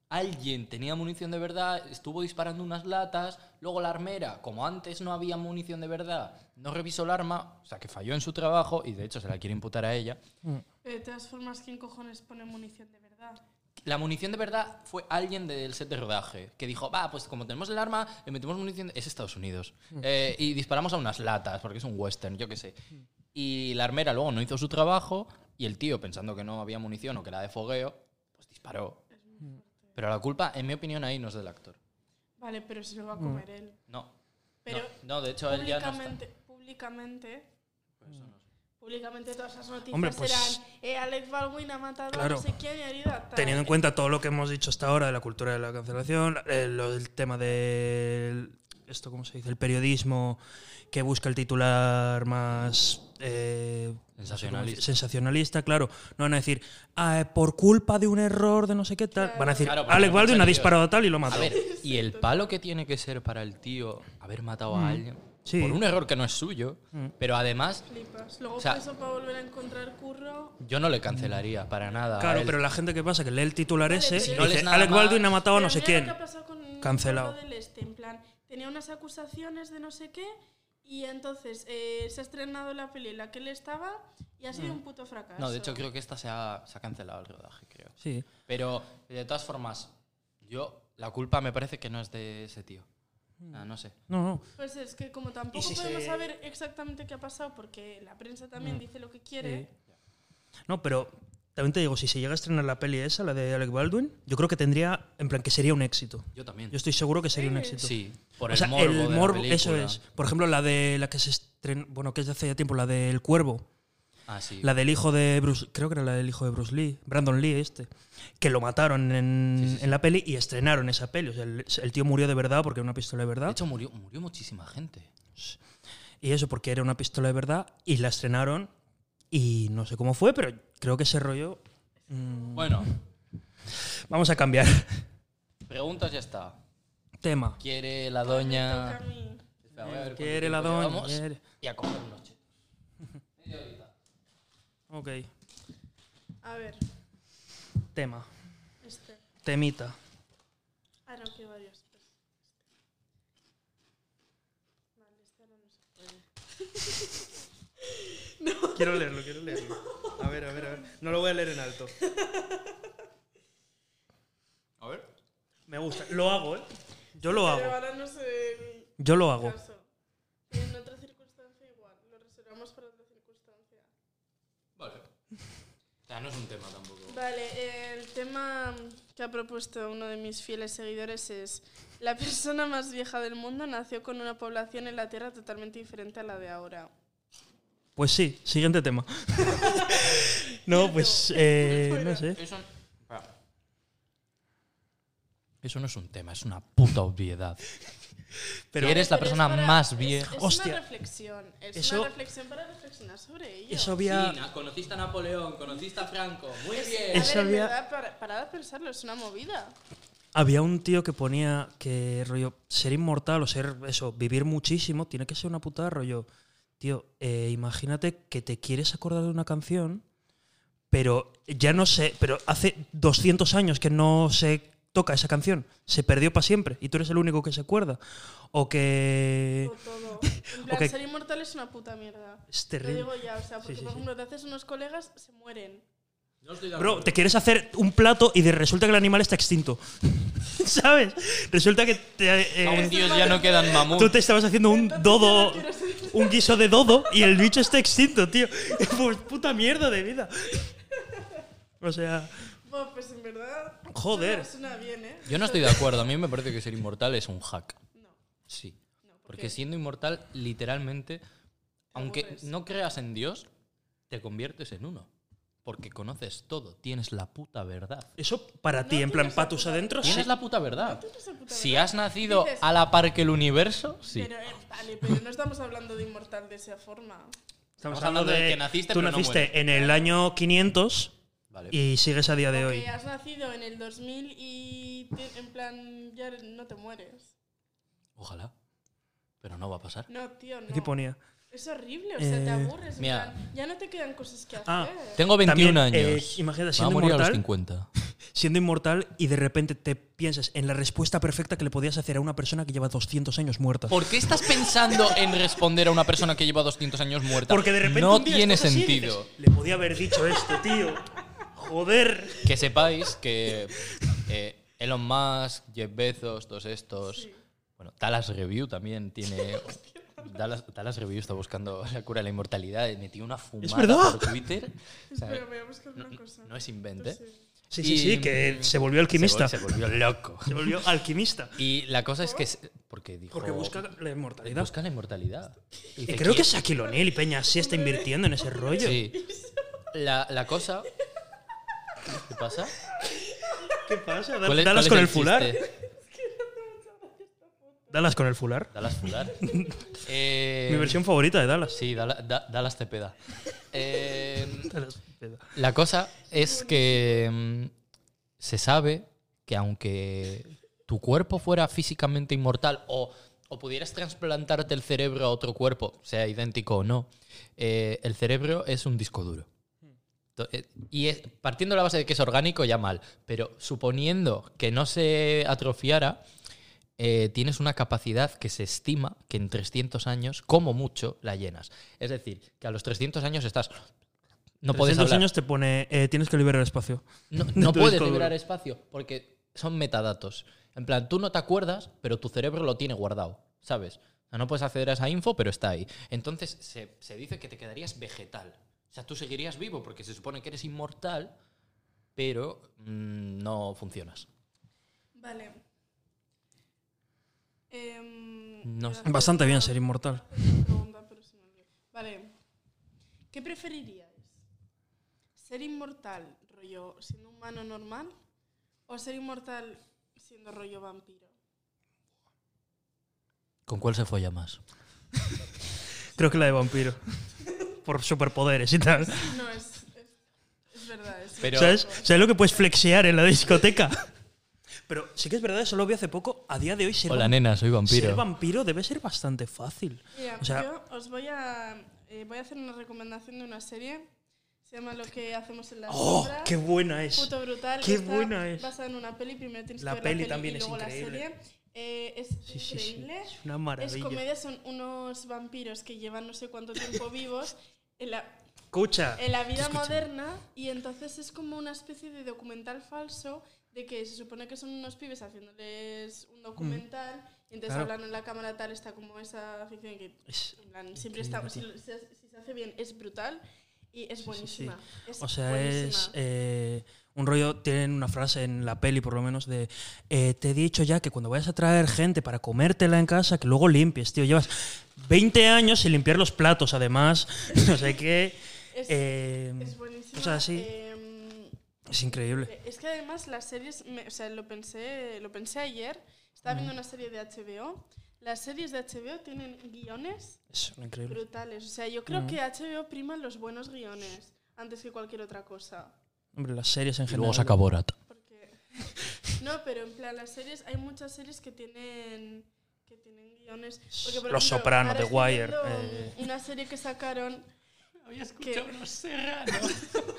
B: alguien tenía munición de verdad, estuvo disparando unas latas, luego la armera, como antes no había munición de verdad, no revisó el arma, o sea que falló en su trabajo y de hecho se la quiere imputar a ella.
A: Mm.
C: Pero de todas formas, ¿quién cojones pone munición de verdad?
B: La munición de verdad fue alguien del set de rodaje que dijo, va, pues como tenemos el arma, le metemos munición... de-". Es Estados Unidos.
A: Mm.
B: Eh, y disparamos a unas latas, porque es un western, yo qué sé.
A: Mm.
B: Y la armera luego no hizo su trabajo y el tío, pensando que no había munición o que era de fogueo, pues disparó.
C: Es
A: Mm.
C: muy fuerte.
B: Pero la culpa, en mi opinión, ahí no es del actor.
C: Vale, pero se lo va a comer
A: Mm.
C: él.
B: No.
C: Pero
B: no, no, de hecho, él ya no está.
C: públicamente, públicamente,
B: Por eso no.
C: públicamente todas esas noticias
A: Hombre, pues-
C: eran eh, Alex Baldwin ha matado
A: Claro.
C: a no sé quién y ha herido a tal.
A: Teniendo en cuenta todo lo que hemos dicho hasta ahora de la cultura de la cancelación, eh, lo del tema del esto cómo se dice, el periodismo que busca el titular más eh, no sé cómo
B: Sensacionalista.
A: decir, sensacionalista, claro, no van a decir "Ah, eh, por culpa de un error de no sé qué tal, van a decir
B: Claro, porque
A: Alec
B: no
A: Baldwin
B: se
A: ha
B: dio".
A: disparado a tal y lo
B: A
A: mató.
B: ver, y el palo que tiene que ser para el tío haber matado a alguien
A: Mm. Sí. Mm.
B: por un error que no es suyo, pero además
C: Flipas. Luego
B: O sea-
C: por eso para volver a encontrar curro.
B: yo no le cancelaría para nada. a
A: Claro,
B: él.
A: pero la gente que pasa que lee el titular
C: Vale,
A: ese
C: pero-
A: y
C: No
B: lees
A: dice
B: nada
A: Alec
B: más".
A: Baldwin ha matado a no sé
C: Pero mira lo
A: quién.
C: que ha pasado con
A: Cancelado.
C: Gordo del Este, en plan, tenía unas acusaciones de no sé qué y entonces eh, se ha estrenado la peli en la que él estaba y ha sido
A: Mm.
C: un puto fracaso.
B: No, de hecho creo que esta se ha, se ha cancelado el rodaje, creo.
A: Sí.
B: Pero de todas formas, yo la culpa me parece que no es de ese tío.
A: Hmm.
B: Ah, no sé.
A: No, no.
C: Pues es que como tampoco
A: si
C: podemos
A: se- Mm.
C: saber exactamente qué ha pasado porque la prensa también dice lo que quiere.
A: No, pero también te digo, si se llega a estrenar la peli esa, la de Alec Baldwin, yo creo que tendría, en plan, que sería un éxito.
B: Yo también.
A: Yo estoy seguro que sería un éxito.
B: sí, por
A: o
B: el
A: sea,
B: morbo. de
A: el
B: la
A: morbo, eso
B: película.
A: es. Por ejemplo, la de la que se estrenó, bueno, que es de hace ya tiempo, la del cuervo,
B: Ah, sí.
A: la del hijo de Bruce, creo que era la del hijo de Bruce Lee, Brandon Lee este, que lo mataron en,
B: Sí, sí, sí.
A: en la peli y estrenaron esa peli. O sea, el, el tío murió de verdad porque era una pistola de
B: De
A: verdad.
B: hecho, murió, murió muchísima gente.
A: Y eso porque era una pistola de verdad y la estrenaron y no sé cómo fue, pero creo que ese rollo... mm,
B: Bueno,
A: Vamos a cambiar
B: preguntas ya está.
A: tema.
B: ¿Quiere la
C: pues Me
B: doña...?
C: toca a mí.
B: Espera, voy a ver
A: Quiere
B: cuánto
A: la
B: tiempo
A: doña.
B: llevamos
A: quiere.
B: Y a coger noche.
A: Ok,
C: A ver,
A: tema.
C: este.
A: Temita.
C: Ah, no, que varios. Pues, este. Vale, este no nos puede.
A: Quiero leerlo, quiero leerlo. A ver, a ver, a ver. No lo voy a leer en alto.
B: A ver.
A: Me gusta. Lo hago, ¿eh? Yo lo
C: Pero
A: hago.
C: ahora no sé...
A: Yo lo hago.
C: Caso. En otra circunstancia igual, lo reservamos para otra circunstancia.
B: Vale. O sea, no es un tema tampoco.
C: Vale, el tema que ha propuesto uno de mis fieles seguidores es, la persona más vieja del mundo nació con una población en la Tierra totalmente diferente a la de ahora.
A: Pues sí, siguiente tema. no, pues eh, no sé.
B: Eso, para. Eso no es un tema, es una puta obviedad.
A: Pero
B: Si eres la
C: Pero es
B: persona
C: para-
B: más
C: es-
B: vieja.
C: Es,
A: Hostia.
C: una reflexión, es
A: Eso-
C: una reflexión para reflexionar sobre ello.
A: eso había...
B: conociste a Napoleón, conociste a Franco. Muy
C: A
A: bien.
C: ver,
A: eso
C: en
A: había-
C: verdad, para, parad a pensarlo, es una movida.
A: Había un tío que ponía que rollo ser inmortal o ser eso, vivir muchísimo, tiene que ser una putada rollo. Tío, eh, imagínate que te quieres acordar de una canción, pero ya no sé, pero hace 200 años que no se toca esa canción, se perdió para siempre y tú eres el único que se acuerda. O que
C: o todo. En plan,
A: Ok.
C: ser inmortal es una puta mierda.
A: es
C: Lo
A: terrible.
C: digo ya, o sea, porque
A: Sí, sí,
C: por
A: sí.
C: ejemplo, te haces unos colegas, se mueren.
A: Bro, te quieres hacer un plato y de- resulta que el animal está extinto. ¿Sabes? Resulta que te, eh,
B: Aún dios ya no quedan
A: Tú
B: mamuts.
A: te estabas haciendo un
C: Entonces
A: dodo,
C: ya no quiero ser-
A: un guiso de dodo y el bicho está extinto, tío. Pues puta mierda de vida. O sea,
C: Buah, pues en verdad.
A: Joder.
C: Suena, suena bien, ¿eh?
B: Yo no estoy de acuerdo. A mí me parece que ser inmortal es un hack.
C: No,
B: Sí.
C: no.
B: Porque siendo inmortal, literalmente, aunque
C: aburres.
B: no creas en Dios, te conviertes en uno. Porque conoces todo. Tienes la puta verdad.
A: eso para
C: No
A: ti, en plan
C: tienes la
A: patus
C: puta-
A: adentro, sí.
B: Tienes la puta verdad.
C: Tú eres el puta
B: Si
C: verdad.
B: has nacido
C: Dices-
B: a la par que el universo, sí.
C: Pero, eh, vale, pero no estamos hablando de inmortal de esa forma.
A: Estamos
B: Estamos
A: hablando
B: hablando del
A: de
B: que naciste,
A: tú
B: pero no
A: naciste
B: muere.
A: en el año 500
B: Vale.
A: y sigues a día de
C: Porque
A: hoy.
C: has nacido en el 2000 y te- en plan ya no te mueres.
B: Ojalá. Pero no va a pasar.
C: No, tío, no.
A: Aquí ponía.
C: Es horrible, o sea,
A: Eh,
C: te aburres. en
B: mira.
C: plan, ya no te quedan cosas que hacer.
A: Ah,
B: Tengo 21
A: También, eh,
B: años.
A: imagínate,
B: va a
A: siendo
B: morir a los
A: inmortal,
B: 50.
A: siendo inmortal y de repente te piensas en la respuesta perfecta que le podías hacer a una persona que lleva 200 años muerta.
B: ¿Por qué estás pensando en responder a una persona que lleva 200 años muerta?
A: Porque de repente
B: no
A: un día
B: tiene
A: estás así y
B: sentido.
A: dices, Le podía haber dicho esto, tío. Joder.
B: Que sepáis que eh, Elon Musk, Jeff Bezos, todos estos. Bueno, Talas Review también tiene. Dallas, Dallas Review está buscando la cura de la inmortalidad y metió una fumada
A: verdad.
B: por Twitter. O sea,
C: Espera, voy a buscar una cosa.
B: no es invento, ¿eh?
C: Sí.
A: Sí, sí,
B: Y,
A: sí, que
B: mm,
A: se volvió alquimista.
B: Se, vol- se volvió loco.
A: Se volvió alquimista.
B: Y la cosa es que. es- Porque dijo.
A: Porque busca la inmortalidad.
B: busca la inmortalidad. Y
A: Y
B: dice,
A: creo que
B: "¿Quién-
A: Shaquille O'Neal y Peña sí está invirtiendo en ese rollo.
B: Sí. La, la cosa. ¿Qué pasa?
A: ¿Qué pasa? Da-
B: ¿Cuál es-
A: Dalas con
B: cuál es
A: el fular.
B: chiste?
A: Dalas con el fular.
B: Dallas Fular. Eh,
A: Mi versión favorita de Dalas.
B: Sí, Dala- Da- Dallas Cepeda. Eh,
A: Dallas, pedo.
B: la cosa es que mm, se sabe que aunque tu cuerpo fuera físicamente inmortal o, o pudieras trasplantarte el cerebro a otro cuerpo, sea idéntico o no, eh, el cerebro es un disco duro. To- eh, Y es- partiendo de la base de que es orgánico, ya mal. Pero suponiendo que no se atrofiara, eh, tienes una capacidad que se estima que en 300 años, como mucho, la llenas. Es decir, que a los 300 años estás. No puedes
A: 300
B: hablar.
A: años te pone, eh, tienes que liberar espacio.
B: No,
A: de
B: no
A: tu
B: puedes
A: disco
B: liberar
A: duro.
B: espacio porque son metadatos. En plan, tú no te acuerdas, pero tu cerebro lo tiene guardado, ¿sabes? O sea, no puedes acceder a esa info, pero está ahí. Entonces se, se dice que te quedarías vegetal. O sea, tú seguirías vivo porque se supone que eres inmortal, pero mm, no funcionas.
C: Vale. Em,
B: No
C: iba a
B: sé.
C: hacer
A: Bastante bien
C: una-
A: ser inmortal.
C: una pregunta, pero se me olvidó. Vale. ¿Qué preferiríais? ¿Ser inmortal, rollo, siendo humano normal? ¿O ser inmortal siendo rollo vampiro?
B: ¿Con cuál se folla más?
A: Creo que la de vampiro. Por superpoderes y tal.
C: No, es, es, es verdad. Es
B: Pero-
A: ¿Sabes?
C: verdad.
A: ¿Sabes lo que puedes flexear en la discoteca? Pero sí que es verdad, eso lo vi hace poco. A día de hoy ser,
B: Hola,
A: vam-
B: nena, soy
A: ser
B: vampiro.
A: vampiro debe ser bastante fácil.
C: Mira,
A: O sea-
C: yo os voy a, eh, voy a hacer una recomendación de una serie. Se llama Lo que hacemos en la
A: ¡Oh!
C: sombra.
A: ¡Qué buena es!
C: Puto brutal.
A: Qué
C: Está
A: buena es.
C: Basada en una peli, primero tienes
A: La
C: que ver
A: peli
C: la peli
A: también
C: y
A: es
C: luego
A: increíble.
C: la serie. Eh, es
A: Sí, sí, sí.
C: increíble.
A: Es una maravilla.
C: Es comedia, son unos vampiros que llevan no sé cuánto tiempo vivos en la,
A: Escucha.
C: en la vida
B: Escucha.
C: moderna y entonces es como una especie de documental falso de que se supone que son unos pibes haciéndoles un documental y entonces
A: Mm. Claro.
C: hablan en la cámara tal, está como esa ficción que
A: Es-
C: en plan, siempre está, si, lo- si- si se hace bien es brutal Y es
A: sí, sí.
C: buenísima. Es
A: O sea, es
C: buenísima.
A: eh, un rollo, tienen una frase en la peli por lo menos de, eh, te he dicho ya que cuando vayas a traer gente para comértela en casa, que luego limpies, tío, llevas 20 años sin limpiar los platos además, no sé qué,
C: Es-
A: eh,
C: es buenísima.
A: o sea, sí.
C: em,
A: es increíble.
C: Eh, Es que además las series, me- o sea, lo pensé, lo pensé ayer,
A: Mm.
C: estaba viendo una serie de HBO. Las series de HBO tienen guiones
A: Es increíble.
C: brutales. O sea, yo creo
A: Ujú.
C: que HBO prima los buenos guiones antes que cualquier otra cosa.
A: Hombre, las series en
B: Y
A: general.
B: luego saca Borat.
C: Porque... No, pero en plan, las series, hay muchas series que tienen, que tienen guiones. Porque, por
A: Los
C: ejemplo,
A: Soprano,
C: ahora
A: The
C: estoy
A: Wire,
C: viendo
A: eh.
C: Una serie que sacaron.
B: Había
C: escuchado
B: los serranos.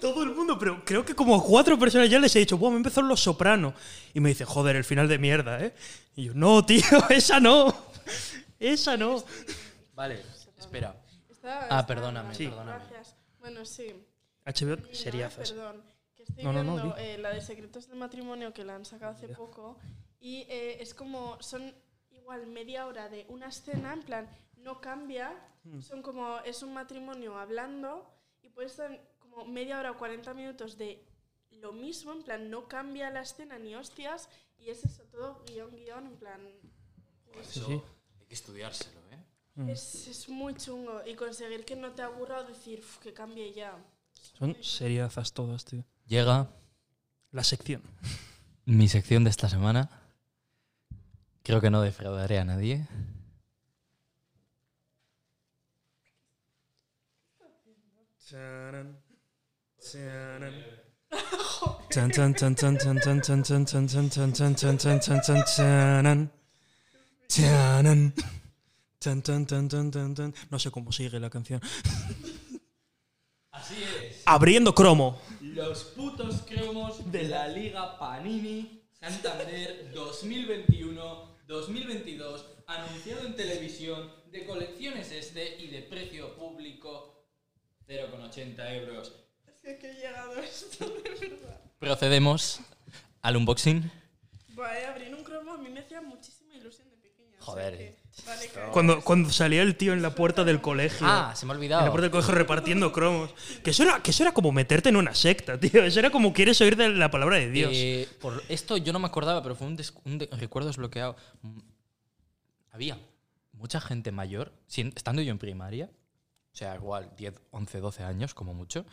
A: Todo el mundo, pero creo que como a cuatro personas ya les he dicho, bueno, me empezó Los Soprano. Y me dice, joder, el final de mierda, ¿eh? Y yo, no, tío, esa no. Esa no.
B: Vale, espera.
C: Está-
B: Ah,
C: está-
B: perdóname,
A: Sí.
B: perdóname.
C: Gracias. Bueno, sí.
A: HBO
C: Terminaba,
A: seriazas.
C: Perdón, que estoy
A: No, no, no,
C: viendo
A: di.
C: eh, la de Secretos del Matrimonio que la han sacado hace
A: Ya.
C: poco y eh, es como, son igual media hora de una escena, en plan, no cambia,
A: Hmm.
C: son como, es un matrimonio hablando y puedes estar como media hora o 40 minutos de lo mismo, en plan, no cambia la escena ni hostias y es eso, todo guión, guión, en plan...
A: Sí,
B: Eso
A: sí.
B: Hay que estudiárselo, ¿eh?
A: Mm.
C: Es, es muy chungo y conseguir que no te aburra o decir "Uf, que cambie ya.
A: Son seriazas todas, tío.
B: Llega
A: La sección.
B: mi sección de esta semana. Creo que no defraudaré a nadie.
A: Chan, chan, chan, chan, chan, chan, chan, chan, chan, chan, chan, chan, chan, chan, chan, chan, chanan. Chanan. Tan, tan, tan, tan, tan, tan. No sé cómo sigue la canción.
B: Así es.
A: Abriendo cromo.
B: Los putos cromos de la Liga Panini Santander 2021-2022, anunciado en televisión, de colecciones este y de precio público 0,80 euros.
C: Es que, que he llegado a esto, de verdad.
B: Procedemos al unboxing.
C: Vale, abrir un cromo a mí me hacía muchísima ilusión de pequeña. o sea
B: Joder.
C: que- vale, que-
A: Cuando, cuando salía el tío en la puerta del colegio.
B: Ah, se me ha
A: En la puerta
B: olvidado.
A: del colegio repartiendo cromos. Que eso, era, que eso era como meterte en una secta, tío. Eso era como quieres oír de la palabra de Dios.
B: Eh, por esto yo no me acordaba, pero fue un, des- un de- recuerdo desbloqueado. Mm, Había mucha gente mayor, sin- estando yo en primaria, o sea, igual 10, 11, 12 años como mucho,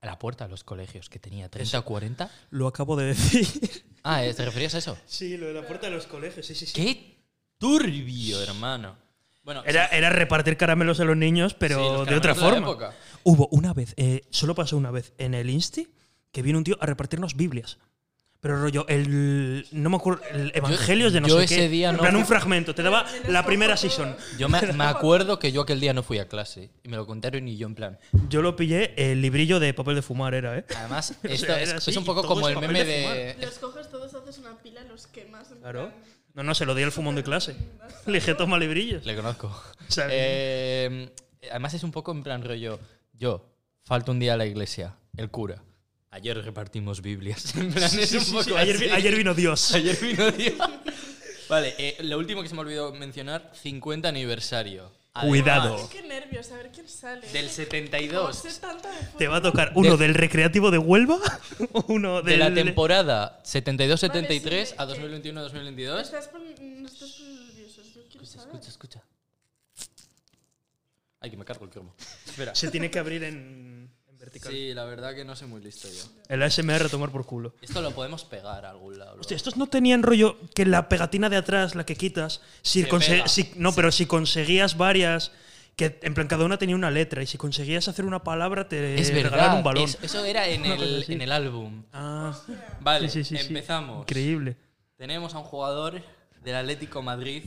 B: a la puerta de los colegios, que tenía 30 o 40.
A: Lo acabo de decir.
B: Ah, eh, ¿te referías a eso?
A: Sí, lo de la puerta de los colegios. Sí, sí, sí.
B: ¡Qué turbio, hermano! Bueno,
A: Era, era repartir caramelos a los niños,
B: Sí,
A: pero
B: los
A: de otra
B: caramelos
A: forma.
B: de la época.
A: Hubo una vez, eh, solo pasó una vez en el Insti, que vino un tío a repartirnos Biblias. Pero rollo, el. No me acuerdo. El Evangelios de no
B: yo
A: sé
B: ese
A: qué.
B: día
A: en
B: no
A: plan,
B: fui-
A: un fragmento. Te daba
C: Me los
A: la primera
C: cojo
A: season.
B: yo me, me acuerdo que yo aquel día no fui a clase y me lo contaron y yo en plan...
A: Yo lo pillé, el librillo de papel de fumar era, ¿eh?
B: Además,
A: sea,
B: esto es,
A: era así
B: es un
A: y
B: poco
A: todo es
B: como el
A: papel
B: meme
A: de fumar.
B: de...
C: Los coges todos, haces una pila, los quemas. en
A: Claro.
C: plan,
A: No, no, se lo di al fumón de clase. Le dije, toma librillos.
B: Le conozco.
A: sea,
B: Eh, además es un poco en plan rollo. Yo, falta un día a la iglesia, el cura. Ayer repartimos Biblias. En plan, es
A: Sí,
B: un
A: sí,
B: poco
A: sí, ayer, vi-
B: así.
A: ayer vino Dios.
B: Ayer vino Dios. Vale, eh, lo último que se me olvidó mencionar, 50 aniversario. Además,
A: Cuidado.
C: Es que nervios, a ver quién sale.
B: Del
C: No sé
B: 72.
C: tanto de
A: Te va a
C: fútbol.
A: tocar uno
B: De-
A: del recreativo de Huelva, uno del,
B: De la temporada 72-73 a
C: Vale, sí, que-
B: 2021-2022.
C: Estás pon- no estás poniendo nerviosos, yo quiero saber.
B: Pues Escucha, escucha. Ay, que me cargo el cromo. Espera.
A: Se tiene que abrir en, en vertical.
B: Sí, la verdad que no soy muy listo yo.
A: El ASMR a tomar por culo.
B: Esto lo podemos pegar a algún lado. luego.
A: Hostia, estos no tenían rollo que la pegatina de atrás, la que quitas, si
B: Se
A: conse-
B: pega.
A: si- no, pero si conseguías varias, que en plan cada una tenía una letra, y si conseguías hacer una palabra te
B: Es verdad.
A: regalaban un balón.
B: es- eso era en
A: Una cosa
B: el,
A: así.
B: en el álbum.
A: Ah,
B: Vale,
A: sí, sí, sí, sí.
B: empezamos.
A: Increíble.
B: Tenemos a un jugador del Atlético Madrid,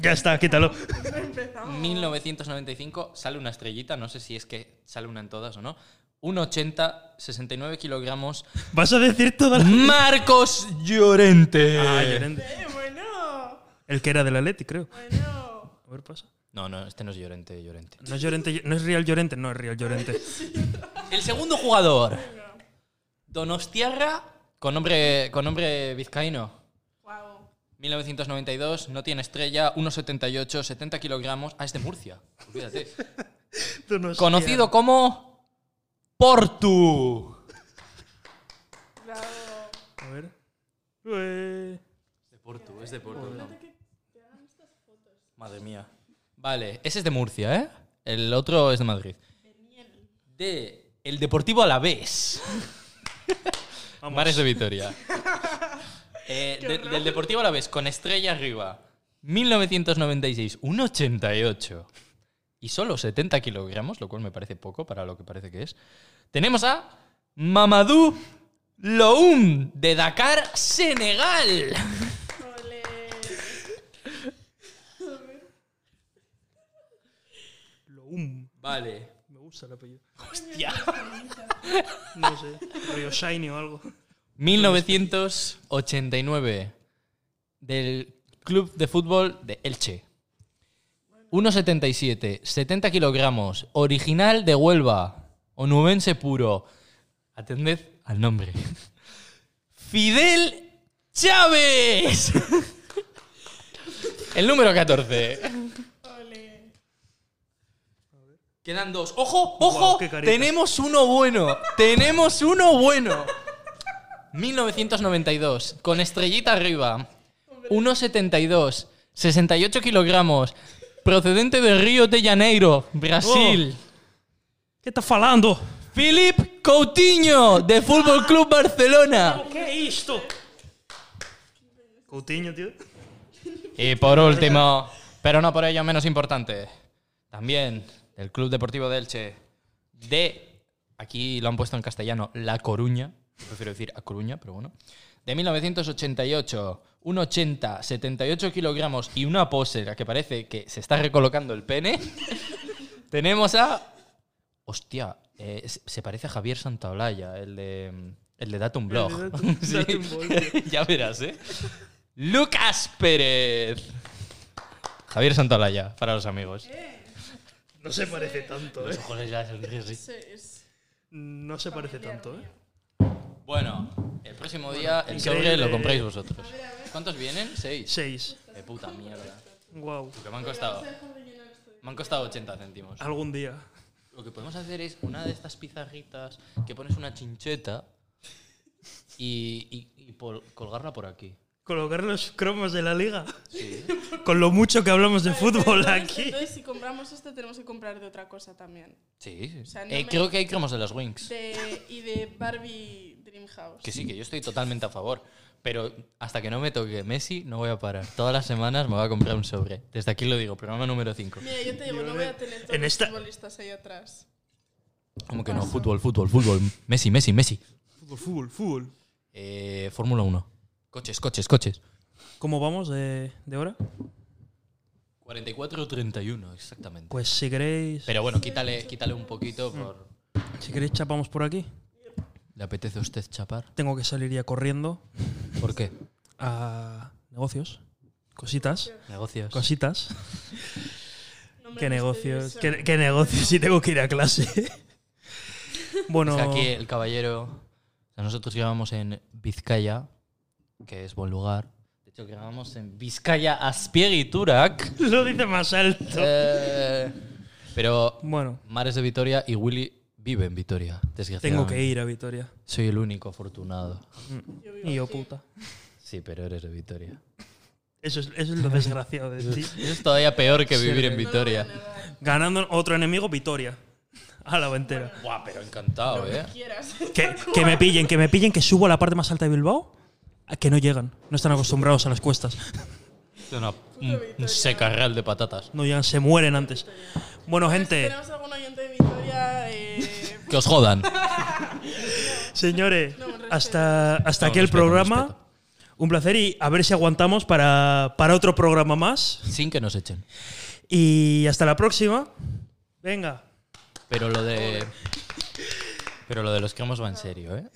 A: ya está, quítalo.
C: No empezamos.
B: 1995. Sale una estrellita, no sé si es que sale una en todas o no. 1,80, 69 kilogramos.
A: Vas a decir toda la.
B: Marcos Llorente.
A: Ah, Llorente.
C: Eh, bueno,
A: El que era del Atleti, creo.
C: bueno.
A: A ver, pasa.
B: No, no, este no es Llorente, Llorente.
A: No es Llorente, no es Real Llorente, no es Real Llorente.
B: El segundo jugador. Donostiarra con nombre, con nombre vizcaíno.
C: Wow.
B: 1992, no tiene estrella, 1,78, 70 kilogramos. Ah, es de Murcia, olvídate.
A: Tú no sabías.
B: Conocido como Portu.
C: Bravo.
A: A ver. Ué.
B: De Portu, es de Portu.
C: Imagínate
B: no.
C: que te hagan estas fotos.
B: Madre mía. Vale, ese es de Murcia, ¿eh? El otro es de Madrid.
C: De miel.
B: De El Deportivo Alavés.
A: Vamos.
B: Mares de Vitoria. Eh,
C: Qué
B: de-
C: horror.
B: del Deportivo Alavés con estrella arriba. 1996, un 88. Y solo 70 kilogramos, lo cual me parece poco para lo que parece que es. Tenemos a Mamadou Loum de Dakar, Senegal.
C: Ole.
A: Loum.
B: Vale.
A: Me gusta el apellido.
B: Hostia.
A: No sé. Río Shiny o algo.
B: 1989 del Club de Fútbol de Elche. 1,77, 70 kilogramos, original de Huelva, onubense puro. Atended al nombre. Fidel Chávez. El número 14.
C: Ole.
B: Quedan dos. ¡Ojo! ¡Ojo!
A: Guau, qué carita.
B: tenemos uno bueno. Tenemos uno bueno. 1992. Con estrellita arriba. 1,72. 68 kilogramos. Procedente de Río de Janeiro, Brasil.
A: ¿Qué estás falando?
B: Philip Coutinho, de Fútbol Club Barcelona.
A: ¿Qué es esto? Coutinho, tío.
B: Y por último, pero no por ello menos importante, también del Club Deportivo de Elche, de, aquí lo han puesto en castellano, La Coruña, prefiero decir A Coruña, pero bueno, de 1988, un 80, 78 kilogramos y una pose en la que parece que se está recolocando el pene, tenemos a... Hostia, eh, se- se parece a Javier Santaolalla, el de... El de Datum Blog.
A: de Datum-
B: Sí.
A: Datum Blog, tío.
B: ya verás, ¿eh? Lucas Pérez. Javier Santolaya, para los amigos.
A: No se parece tanto,
B: Los
A: ¿eh?
B: ojos ya son grises.
C: Ese es.
A: No se parece tanto, ¿eh?
B: Bueno, el próximo día el
A: increíble.
B: sobre lo compráis vosotros. ¿Cuántos vienen? ¿Seis?
A: Seis.
B: De puta mierda.
A: Wow.
B: Lo que me han costado.
C: Vamos a dejar de llenar esto de-
B: Me han costado 80 céntimos.
A: Algún día.
B: Lo que podemos hacer es una de estas pizarritas que pones una chincheta y, y- y pol- colgarla por aquí.
A: Colocar los cromos de la liga.
B: Sí.
A: Con lo mucho que hablamos de fútbol
C: Entonces,
A: aquí.
C: Entonces, si compramos este, tenemos que comprar de otra cosa también.
B: Sí.
C: sea, no
B: Eh,
C: me-
B: Creo que hay cromos de las Wings.
C: De, y de Barbie Dreamhouse.
B: Que sí, que yo estoy totalmente a favor. Pero hasta que no me toque Messi, no voy a parar. Todas las semanas me voy a comprar un sobre. Desde aquí lo digo, programa número 5.
C: Mira, yo te digo, no voy a tener todos
A: En
C: los
A: esta-
C: futbolistas ahí atrás.
B: Como que no, fútbol, fútbol, fútbol. Messi, Messi, Messi.
A: Fútbol, fútbol, fútbol.
B: Eh, Fórmula 1. Coches, coches, coches.
A: ¿Cómo vamos de, de hora?
B: 44-31, exactamente.
A: Pues si queréis.
B: Pero bueno, quítale, quítale un poquito
A: Mm.
B: por...
A: Si queréis, chapamos por aquí.
B: ¿Le apetece a usted chapar?
A: Tengo que salir ya corriendo
B: ¿Por qué?
A: a negocios. Cositas.
B: Negocios.
A: Cositas.
C: Nombre
A: ¿Qué negocios?
C: misterioso.
A: ¿Qué, qué negocios? Si tengo que ir a clase.
B: Es
A: Bueno,
B: que aquí eh. el caballero... o sea, nosotros grabamos en Vizcaya, que es buen lugar. De hecho, grabamos en Vizcaya Aspiriturak.
A: lo dice más alto.
B: Eh, pero
A: Bueno,
B: Mares de Vitoria y Willy vive en Vitoria, desgraciadamente.
A: tengo que ir a Vitoria.
B: Soy el único afortunado.
C: Yo vivo
A: Y yo,
C: aquí.
A: puta.
B: Sí, pero eres de Vitoria.
A: Eso es, eso es lo desgraciado de ti.
B: Eso es todavía peor que
A: Sí,
B: vivir en
A: no,
B: Vitoria.
C: No lo voy a negar.
A: Ganando otro enemigo, Vitoria. A la entera.
B: Buah, Ah, pero encantado, ¿eh?
C: Quieras.
A: Que, que me pillen, que me pillen, que subo a la parte más alta de Bilbao. a Que no llegan. No están acostumbrados a las cuestas.
B: Es una- un, un secarral de patatas.
A: No llegan, se mueren antes. Bueno, gente,
C: Tenemos algún oyente de Victoria. Eh,
B: Que os jodan.
A: señores,
C: No, respeto.
A: hasta, hasta
B: No,
A: aquí el
B: respeto,
A: programa.
B: respeto.
A: Un placer y a ver si aguantamos para, para otro programa más.
B: Sin que nos echen.
A: Y hasta la próxima. Venga.
B: Pero lo de... Pero lo de los cromos va en serio, ¿eh?